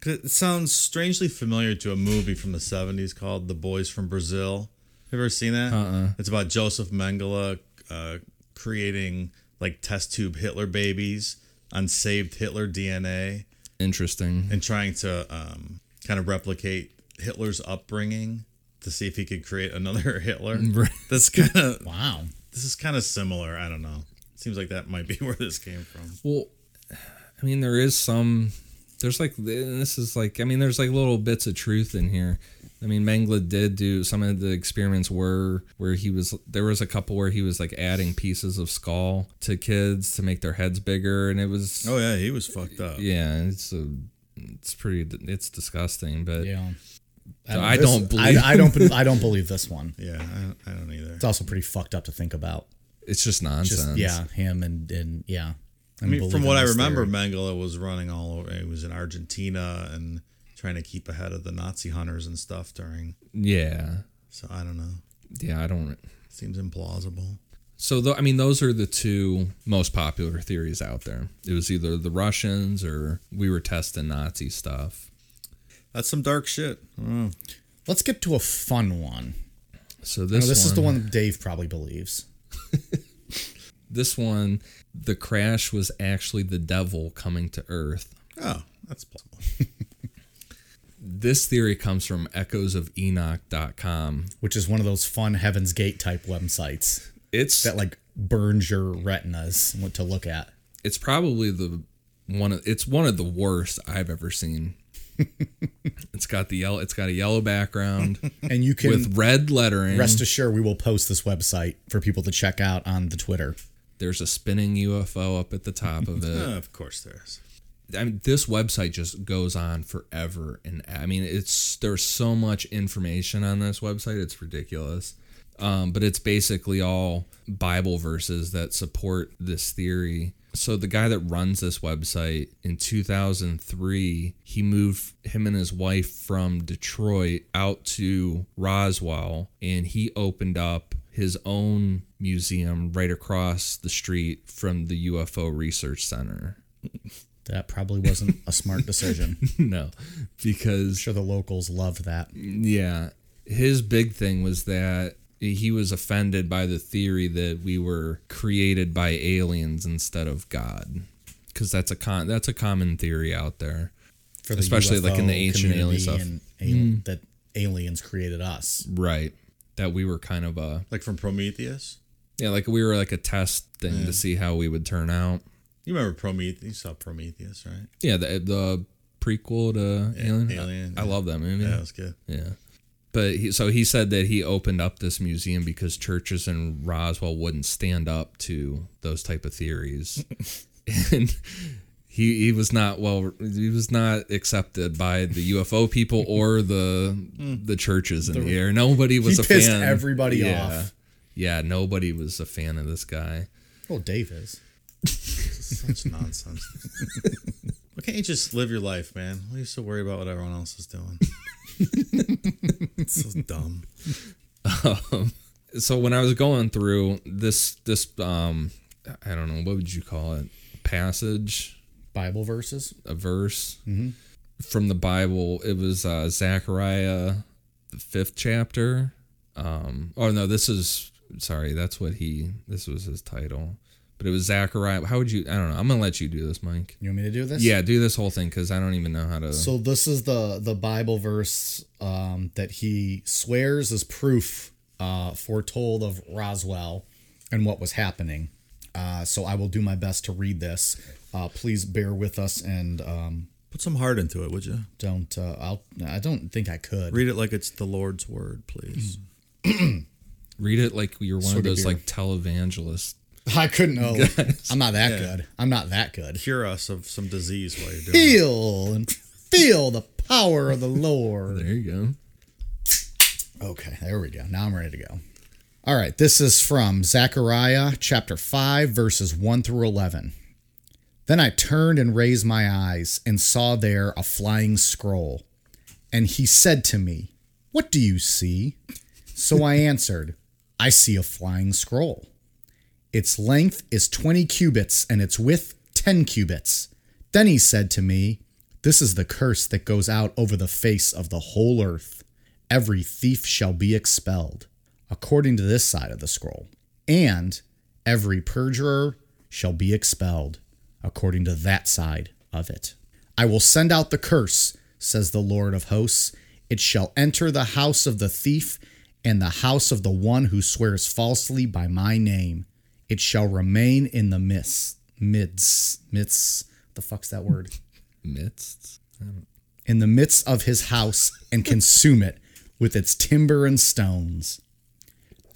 S3: 'Cause it sounds strangely familiar to a movie from the 70s called The Boys from Brazil. Have you ever seen that? Uh-uh. It's about Joseph Mengele uh, creating like test tube Hitler babies on saved Hitler DNA
S2: Interesting.
S3: and trying to um, kind of replicate Hitler's upbringing to see if he could create another Hitler.
S2: Right.
S3: That's kind of
S1: Wow.
S3: this is kind of similar. I don't know. Seems like that might be where this came from.
S2: Well, I mean, there is some. There's like and this is like I mean, there's like little bits of truth in here. I mean, Mengele did do some of the experiments were where he was. There was a couple where he was like adding pieces of skull to kids to make their heads bigger, and it was
S3: Oh yeah, he was fucked up.
S2: yeah, it's a, it's pretty, it's disgusting. But
S1: Yeah.
S2: I
S1: this-
S2: don't believe-
S1: I, I don't. be- I don't believe this one.
S3: Yeah, I, don't- I don't either.
S1: It's also pretty fucked up to think about.
S2: it's just
S1: Just
S2: nonsense.
S1: yeah, him and and yeah.
S3: I mean, from what I remember, Mengele was running all over. He was in Argentina and trying to keep ahead of the Nazi hunters and stuff during.
S2: yeah,
S3: So I don't know.
S2: yeah. I don't.
S3: Seems implausible.
S2: So, tho- I mean, those are the two most popular theories out there. It was either the Russians or we were testing Nazi stuff.
S3: That's some dark shit. I don't know.
S1: Let's get to a fun one.
S2: So
S1: No,
S2: this,
S1: Oh, This, is the
S2: one,
S1: one that Dave probably believes.
S2: This one, the crash was actually the devil coming to Earth.
S3: Oh, that's plausible.
S2: This theory comes from echoesofenoch.com.
S1: which is one of those fun Heaven's Gate type websites
S2: It's
S1: that like burns your retinas what to look at.
S2: it's probably the one of it's one of the worst I've ever seen. it's got the yellow it's got a yellow background
S1: And you can
S2: with red lettering.
S1: rest assured we will post this website for people to check out on the Twitter.
S2: There's a spinning UFO up at the top of it.
S3: Uh, of course there is.
S2: I mean, this website just goes on forever, and I mean, it's there's so much information on this website; it's ridiculous. Um, but it's basically all Bible verses that support this theory. So the guy that runs this website in 2003, he moved him and his wife from Detroit out to Roswell, and he opened up his own museum right across the street from the UFO Research Center.
S1: That probably wasn't a smart decision. I'm
S2: no, because
S1: sure the locals loved that.
S2: yeah, his big thing was that he was offended by the theory that we were created by aliens instead of God, because that's a con that's a common theory out there,
S1: For the
S2: especially like in the
S1: UFO
S2: ancient alien
S1: community
S2: stuff,
S1: and al- that aliens created us.
S2: right? That we were kind of a
S3: Like from Prometheus.
S2: yeah, like we were like a test thing to see how we would turn out.
S3: You remember Prometheus? You saw Prometheus, right?
S2: Yeah, the the prequel to Alien.
S3: Alien,
S2: I, I
S3: yeah.
S2: love that movie.
S3: Yeah, that was good.
S2: Yeah. But he, so he said that he opened up this museum because churches in Roswell wouldn't stand up to those type of theories. and he he was not well he was not accepted by the UFO people or the the churches in the, air. Nobody was
S1: Hmm. he
S2: a
S1: pissed
S2: fan.
S1: everybody
S2: yeah.
S1: off.
S2: Yeah, nobody was a fan of this guy.
S1: Oh, Dave is.
S3: Such nonsense. Why can't you just live your life, man? Why are you so worried about what everyone else is doing? it's so dumb.
S2: Um, so when I was going through this this um I don't know what would you call it passage
S1: Bible verses.
S2: a verse
S1: Mm-hmm.
S2: from the Bible. It was uh, Zechariah, the fifth chapter. Um, oh no, this is sorry. That's what he. This was his title, but it was Zechariah. How would you? I don't know. I'm gonna let you do this, Mike.
S1: You want me to do this?
S2: Yeah, do this whole thing because I don't even know how to.
S1: So this is the the Bible verse um, that he swears is proof uh, foretold of Roswell and what was happening. Uh, so I will do my best to read this. Uh, please bear with us and um,
S3: Put some heart into it, would you?
S1: don't. Uh, I'll. I don't think I could.
S3: Read it like it's the Lord's word, please.
S1: Hmm.
S2: Read it like you're one
S1: Sort
S2: of
S1: of
S2: those
S1: beer.
S2: like televangelists.
S1: I couldn't. know. I'm not that good. I'm not that good.
S3: Cure us of some disease while you're doing it.
S1: Feel and feel the power of the Lord.
S2: There you go.
S1: Okay, there we go. Now I'm ready to go. All right, this is from Zechariah chapter 5, verses 1 through 11. Then I turned and raised my eyes and saw there a flying scroll. And he said to me, What do you see? So I answered, I see a flying scroll. Its length is 20 cubits and its width 10 cubits. Then he said to me, This is the curse that goes out over the face of the whole earth. Every thief shall be expelled, according to this side of the scroll, and every perjurer shall be expelled, according to that side of it. I will send out the curse, says the Lord of hosts. It shall enter the house of the thief and the house of the one who swears falsely by my name. It shall remain in the midst. Mids. Midst. The fuck's that word?
S2: Midst.
S1: in the midst of his house and consume it with its timber and stones.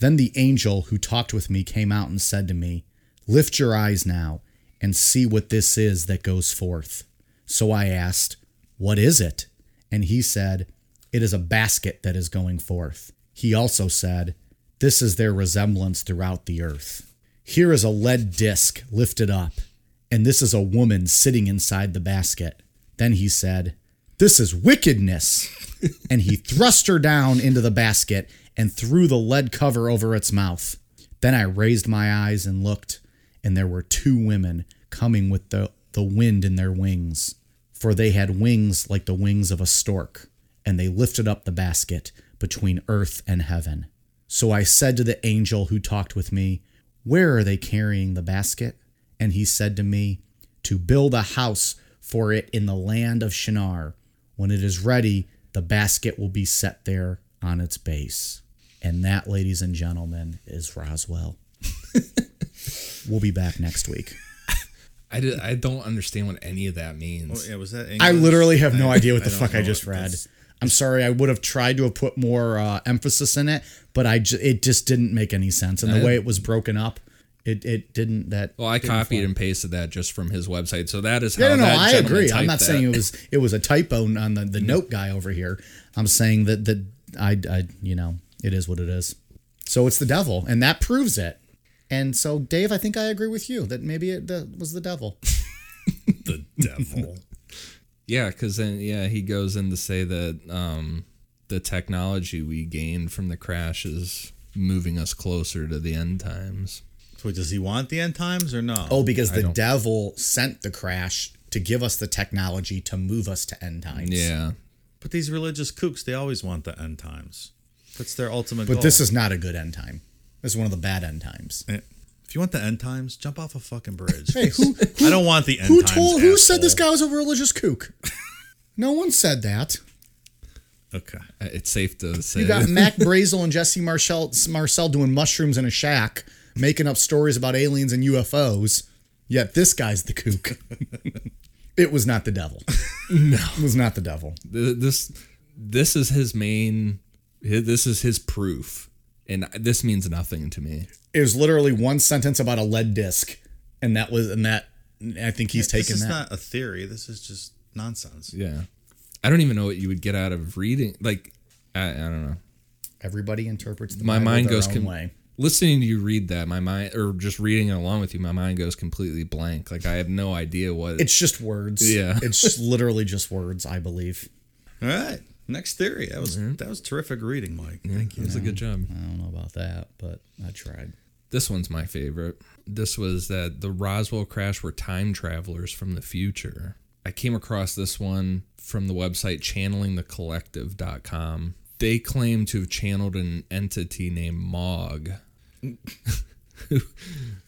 S1: Then the angel who talked with me came out and said to me, Lift your eyes now and see what this is that goes forth. So I asked, What is it? And he said, It is a basket that is going forth. He also said, This is their resemblance throughout the earth. Here is a lead disc lifted up, and this is a woman sitting inside the basket. Then he said, This is wickedness. and he thrust her down into the basket and threw the lead cover over its mouth. Then I raised my eyes and looked, and there were two women coming with the, the wind in their wings, for they had wings like the wings of a stork, and they lifted up the basket between earth and heaven. So I said to the angel who talked with me, Where are they carrying the basket? And he said to me, To build a house for it in the land of Shinar. When it is ready, the basket will be set there on its base. And that, ladies and gentlemen, is Roswell. we'll be back next week.
S2: I, did, I don't understand what any of that means.
S3: Oh, yeah, was that
S1: I
S3: English?
S1: literally have no
S3: I-
S1: idea what the
S3: don't
S1: fuck I
S3: know.
S1: just read.
S3: It's-
S1: I'm sorry. I would have tried to have put more uh, emphasis in it, but I ju- it just didn't make any sense. And the way it was broken up, it it didn't. That
S2: Well, I copied and pasted that just from his website, so that is how.
S1: yeah, no, no,
S2: that
S1: I
S2: gentleman
S1: agree. I'm
S2: typed
S1: not
S2: that.
S1: saying it was it was a typo on the, the note guy over here. I'm saying that that I I you know it is what it is. So it's the devil, and that proves it. And so, Dave, I think I agree with you that maybe it the, was the devil.
S3: The devil.
S2: Yeah, because then yeah, he goes in to say that um, the technology we gained from the crash is moving us closer to the end times.
S3: so wait, does he want the end times or no?
S1: Oh, because the devil sent the crash to give us the technology to move us to end times.
S2: Yeah,
S3: But these religious kooks, they always want the end times. That's their ultimate
S1: But
S3: goal.
S1: this is not a good end time. This is one of the bad end times.
S3: Eh, If you want the end times, jump off a fucking bridge.
S1: Hey, who
S3: I don't want the end
S1: who
S3: times.
S1: told who said this
S3: asshole.
S1: guy was a religious kook? No one said that.
S3: Okay.
S2: Uh, it's safe to say.
S1: You got Mac Brazel and Jesse Marcel Marcel doing mushrooms in a shack, making up stories about aliens and UFOs. Yet this guy's the kook. it was not the devil. It was not the devil.
S2: Th- This this is his main. hi- This is his proof, and this means nothing to me.
S1: It was literally one sentence about a lead disc, and that was and that I think he's
S3: This
S1: taken
S3: is
S1: that.
S3: not a theory. This is just nonsense.
S2: Yeah, I don't even know what you would get out of reading. Like, I, I don't know.
S1: Everybody interprets the
S2: My
S1: Bible
S2: mind
S1: their
S2: goes
S1: own
S2: com-
S1: way.
S2: listening to you read that. My mind, or just reading it along with you, my mind goes completely blank. Like I have no idea what.
S1: It's just words.
S2: Yeah.
S1: it's just literally just words. I believe.
S3: All right. Next theory. That was that was terrific reading, Mike. Thank you.
S2: it's a good job.
S1: I don't know about that, but I tried.
S2: This one's my favorite. This was that the Roswell crash were time travelers from the future. I came across this one from the website channelingthecollective.com. They claim to have channeled an entity named Mog,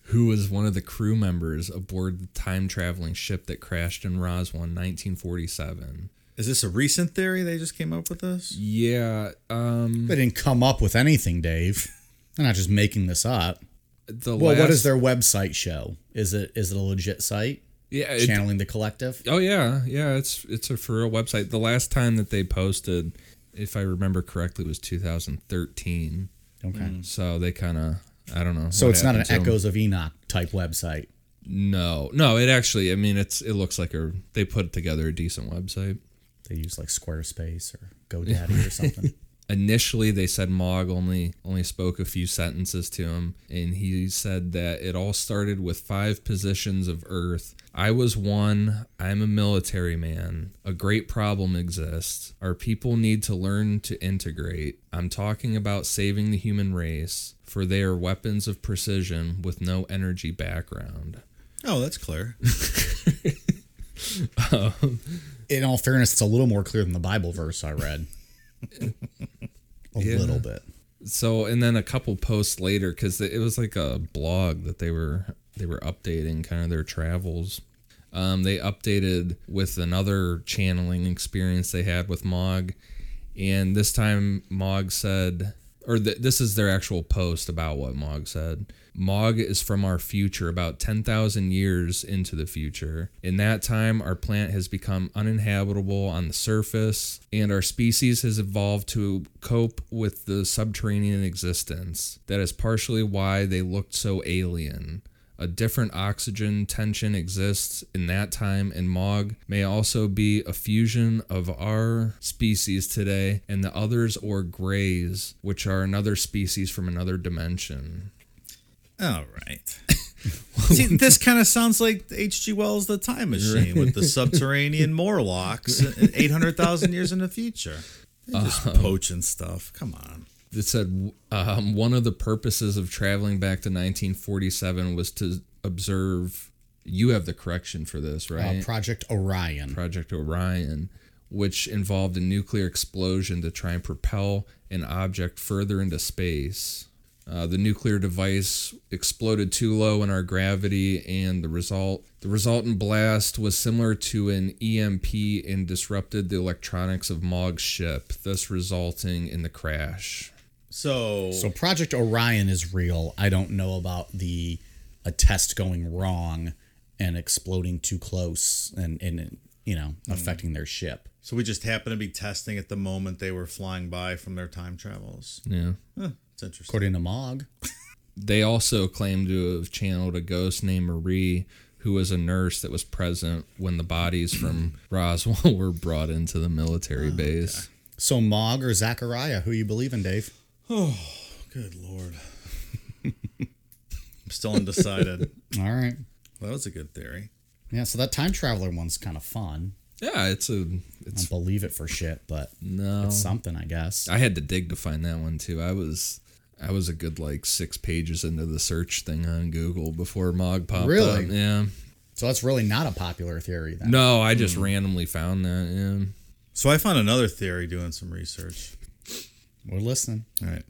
S2: who was one of the crew members aboard the time traveling ship that crashed in Roswell in 1947.
S3: Is this a recent theory they just came up with this?
S2: Yeah, um,
S1: They didn't come up with anything, Dave. They're not just making this up.
S2: the
S1: Well, what
S2: last-
S1: does their website show? Is it is it a legit site?
S2: yeah, it-
S1: Channeling the collective.
S2: Oh yeah, yeah. It's it's a for real website. The last time that they posted, if I remember correctly, was 2013.
S1: Okay.
S2: So they kind of I don't know.
S1: So
S2: what
S1: it's not an
S2: happened to 'em.
S1: Echoes of Enoch type website.
S2: No, no. It actually, I mean, it's it looks like a they put together a decent website.
S1: They use like Squarespace or GoDaddy or something.
S2: Initially, they said Mog only only spoke a few sentences to him, and he said that it all started with five positions of Earth. I was one. I'm a military man. A great problem exists. Our people need to learn to integrate. I'm talking about saving the human race, for they are weapons of precision with no energy background.
S3: Oh, that's clear.
S1: Um, In all fairness, it's a little more clear than the Bible verse I read. a little bit.
S2: so and then a couple posts later because it was like a blog that they were they were updating kind of their travels um, they updated with another channeling experience they had with mog and this time mog said or th- this is their actual post about what mog said mog is from our future about 10,000 years into the future in that time our planet has become uninhabitable on the surface and our species has evolved to cope with the subterranean existence that is partially why they looked so alien a different oxygen tension exists in that time, and Mog may also be a fusion of our species today and the others or greys, which are another species from another dimension.
S3: All right. See, this kind of sounds like H.G. Wells' The Time Machine with the subterranean Morlocks 800,000 years in the future. They're just poaching stuff. Come on.
S2: It said um, one of the purposes of traveling back to 1947 was to observe. You have the correction for this, right?
S1: Uh, Project Orion.
S2: Project Orion, which involved a nuclear explosion to try and propel an object further into space. Uh, the nuclear device exploded too low in our gravity, and the result the resultant blast was similar to an EMP and disrupted the electronics of Mog's ship, thus resulting in the crash.
S3: So,
S1: So Project Orion is real. I don't know about the a test going wrong and exploding too close and and you know affecting their ship.
S3: so we just happen to be testing at the moment they were flying by from their time travels.
S2: Yeah.
S3: It's interesting.
S1: According to Mog,
S2: They also claim to have channeled a ghost named Marie, who was a nurse that was present when the bodies from Roswell were brought into the military
S3: Oh,
S2: base.
S1: so Mog or Zachariah, who you believe in, Dave?
S3: Oh, Good Lord. I'm still undecided.
S1: All right,
S3: that was a good theory.
S1: yeah. So that time traveler one's kind of fun.
S2: Yeah, it's a.
S1: I
S2: It's
S1: don't believe it for shit, but
S2: no.
S1: it's something, I guess.
S2: I had to dig to find that one too. I was, I was a good like six pages into the search thing on Google before Mog popped
S1: Really?
S2: up. Yeah.
S1: So that's really not a popular theory then.
S2: No, I
S3: hmm.
S2: just randomly found that.
S3: So I found another theory doing some research.
S1: We're listening.
S3: All right.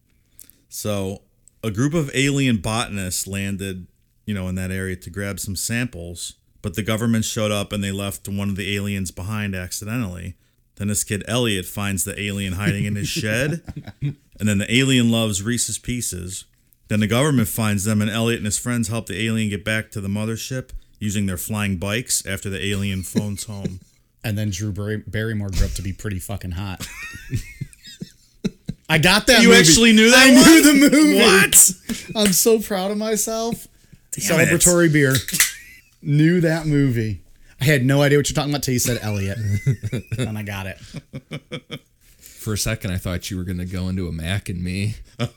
S3: So a group of alien botanists landed, you know, in that area to grab some samples, but the government showed up and they left one of the aliens behind accidentally. Then this kid Elliot finds the alien hiding in his shed, and then the alien loves Reese's Pieces. Then the government finds them, and Elliot and his friends help the alien get back to the mothership using their flying bikes after the alien phones home.
S1: and then Drew Barry- Barrymore grew up to be pretty fucking hot. I got that.
S3: You
S1: movie.
S3: actually knew that
S1: I
S3: one?
S1: knew the movie.
S3: What?
S1: I'm so proud of myself.
S3: Damn it.
S1: Celebratory beer. Knew that movie. I had no idea what you're talking about till you said Elliot, and I got it.
S2: For a second, I thought you were going to go into a Mac and Me. that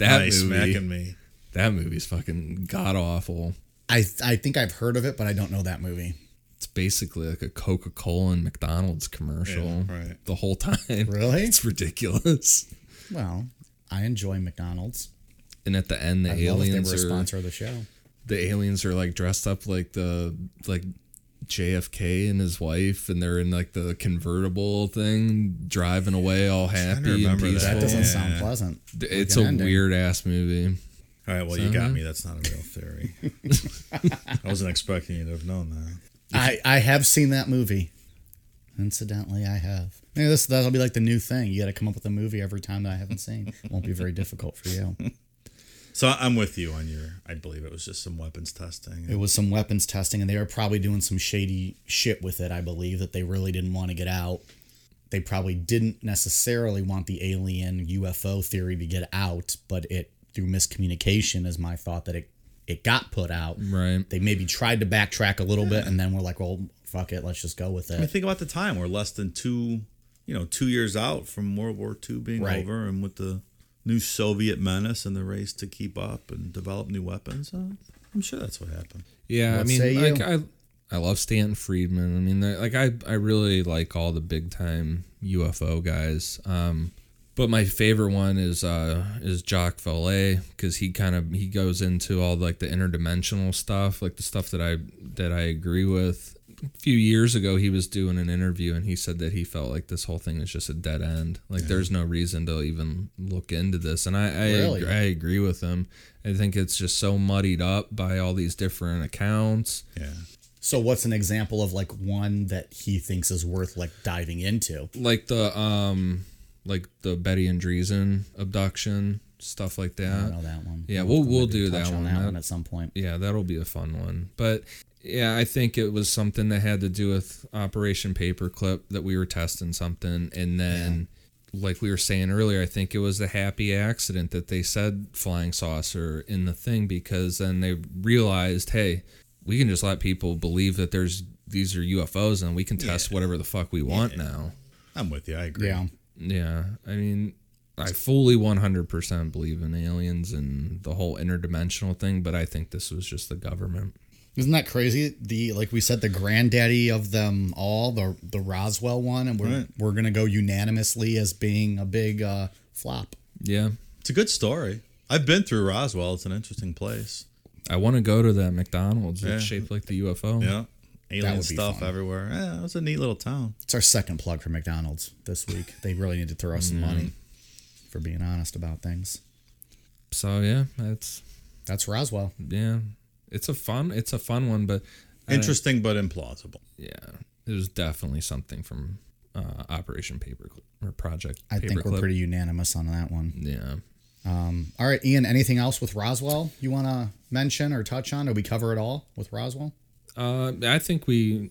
S3: Nice,
S2: movie.
S3: Mac and me.
S2: That movie's fucking god awful.
S1: I I think I've heard of it, but I don't know that movie.
S2: It's basically like a Coca Cola and McDonald's commercial
S3: Yeah, right.
S2: the whole time.
S1: Really?
S2: It's ridiculous.
S1: Well, I enjoy McDonald's.
S2: And at the end, the
S1: I love if they
S2: aliens
S1: were a
S2: are
S1: sponsor of the show.
S2: the aliens are like dressed up like the like JFK and his wife, and they're in like the convertible thing, driving away all happy and
S3: remember that.
S2: peaceful.
S1: That doesn't
S3: Yeah.
S1: sound pleasant.
S2: it's
S1: Like
S2: a
S1: an ending.
S2: weird ass movie.
S3: All right, well, you got me. That's not a real theory. I wasn't expecting you to have known that.
S1: I, I have seen that movie. Incidentally, I have. Maybe this that'll be like the new thing. You got to come up with a movie every time that I haven't seen. Won't be very difficult for you.
S3: So I- I'm with you on your. I believe it was just some weapons testing.
S1: It was some weapons testing, and they were probably doing some shady shit with it. I believe that they really didn't want to get out. They probably didn't necessarily want the alien UFO theory to get out, but it through miscommunication is my thought that it it got put out.
S2: Right.
S1: They maybe tried to backtrack a little bit, and then we're like, well, fuck it, let's just go with
S3: I mean,
S1: it.
S3: think about the time. We're less than two, you know, two years out from World War II being
S1: Right.
S3: over, and with the new Soviet menace and the race to keep up and develop new weapons, uh, I'm sure that's what happened.
S2: Yeah,
S1: What
S2: I mean,
S1: say
S2: like
S1: you?
S2: I, I love Stanton Friedman. I mean, they're- like I, I really like all the big time UFO guys. Um, but my favorite one is uh is Jock Valet because he kind of he goes into all like the interdimensional stuff, like the stuff that I that I agree with. A few years ago, he was doing an interview and he said that he felt like this whole thing is just a dead end. Like there's no reason to even look into this, and I I,
S1: Really?
S2: agree, I agree with him. I think it's just so muddied up by all these different accounts.
S3: Yeah.
S1: So what's an example of like one that he thinks is worth like diving into?
S2: like the um like the Betty and Dreesen abduction stuff like
S1: I
S2: that.
S1: don't know that one.
S2: Yeah, we'll we'll do
S1: Touch
S2: that
S1: on
S2: one.
S1: that
S2: That-
S1: one at some point.
S2: yeah, that'll be a fun one. But yeah, I think it was something that had to do with Operation Paperclip that we were testing something and then like we were saying earlier, I think it was the happy accident that they said flying saucer in the thing because then they realized, hey, we can just let people believe that there's these are UFOs and we can test whatever the fuck we want now.
S3: I'm with you. I agree.
S1: Yeah.
S2: Yeah, I mean, I fully 100% believe in aliens and the whole interdimensional thing, but I think this was just the government.
S1: Isn't that crazy? The like we said, the granddaddy of them all, the the Roswell one, and we're
S3: Right.
S1: we're gonna go unanimously as being a big uh, flop.
S2: Yeah.
S3: It's a good story. I've been through Roswell. It's an interesting place.
S2: I want to go to that McDonald's.
S3: Yeah.
S2: It's shaped like the UFO.
S3: Yeah. Alien
S1: would be
S3: stuff
S1: fun.
S3: everywhere. Yeah, it was a neat little town.
S1: It's our second plug for McDonald's this week. They really need to throw us some money for being honest about things.
S2: So yeah, that's
S1: That's Roswell.
S2: yeah. It's a fun it's a fun one, but
S3: Interesting but implausible.
S2: yeah, it was definitely something from uh, Operation Paperclip or Project
S1: I think we're
S2: Paperclip.
S1: pretty unanimous on that one. Um,
S2: yeah.
S1: All right, Ian. Anything else with Roswell you want to mention or touch on? Did we cover it all with Roswell?
S2: Uh, I think we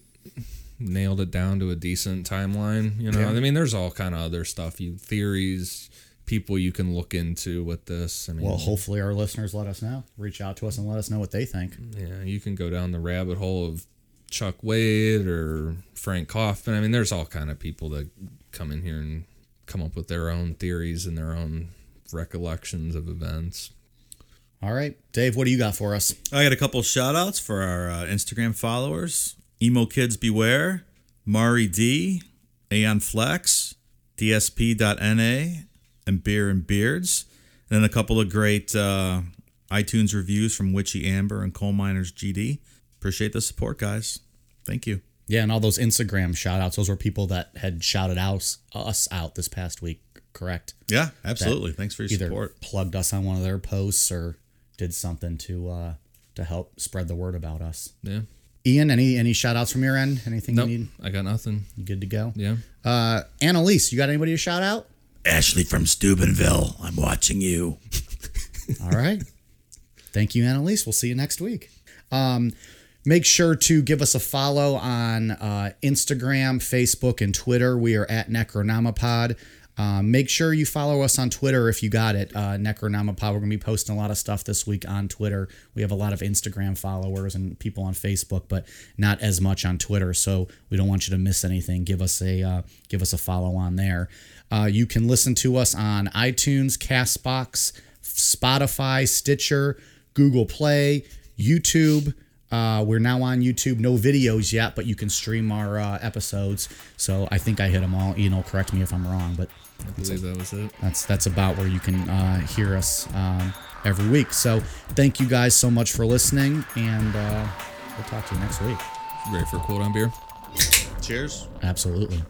S2: nailed it down to a decent timeline. You know, I mean, there's all kind of other stuff, you theories, people you can look into with this. I mean,
S1: Well, hopefully our listeners let us know. Reach out to us and let us know what they think.
S2: yeah, you can go down the rabbit hole of Chuck Wade or Frank Kaufman. I mean, there's all kind of people that come in here and come up with their own theories and their own recollections of events.
S1: All right, Dave. What do you got for us?
S3: I got a couple shout outs for our uh, Instagram followers Emo Kids Beware, Mari D, Aeon Flex, DSP.NA, and Beer and Beards. And then a couple of great uh, iTunes reviews from Witchy Amber and Coal Miners GD. Appreciate the support, guys. Thank you.
S1: Yeah, and all those Instagram shout outs, those were people that had shouted out us out this past week, correct?
S3: Yeah, absolutely. Thanks for your
S1: Either
S3: support.
S1: plugged us on one of their posts or did something to uh to help spread the word about us.
S2: Yeah.
S1: Ian, any any shout outs from your end? Anything
S2: Nope.
S1: you need?
S2: I got nothing.
S1: You good to go?
S2: Yeah.
S1: Uh Annalise, you got anybody to shout out?
S3: Ashley from Steubenville, I'm watching you.
S1: All right. Thank you, Annalise. We'll see you next week. Um, Make sure to give us a follow on uh, Instagram, Facebook, and Twitter. We are at Necronomipod. Um, make sure you follow us on Twitter if you got it, uh, Necronomipod. We're going to be posting a lot of stuff this week on Twitter. We have a lot of Instagram followers and people on Facebook, but not as much on Twitter. So we don't want you to miss anything. Give us a uh, give us a follow on there. Uh, you can listen to us on iTunes, Castbox, Spotify, Stitcher, Google Play, YouTube. Uh, we're now on YouTube. No videos yet, but you can stream our uh, episodes. So I think I hit them all. Ian will correct me if I'm wrong, but
S2: I believe that was it.
S1: that's that's about where you can uh, hear us um, every week. So thank you guys so much for listening, and uh, we'll talk to you next week.
S2: Ready for a quote on beer?
S3: Cheers.
S1: Absolutely.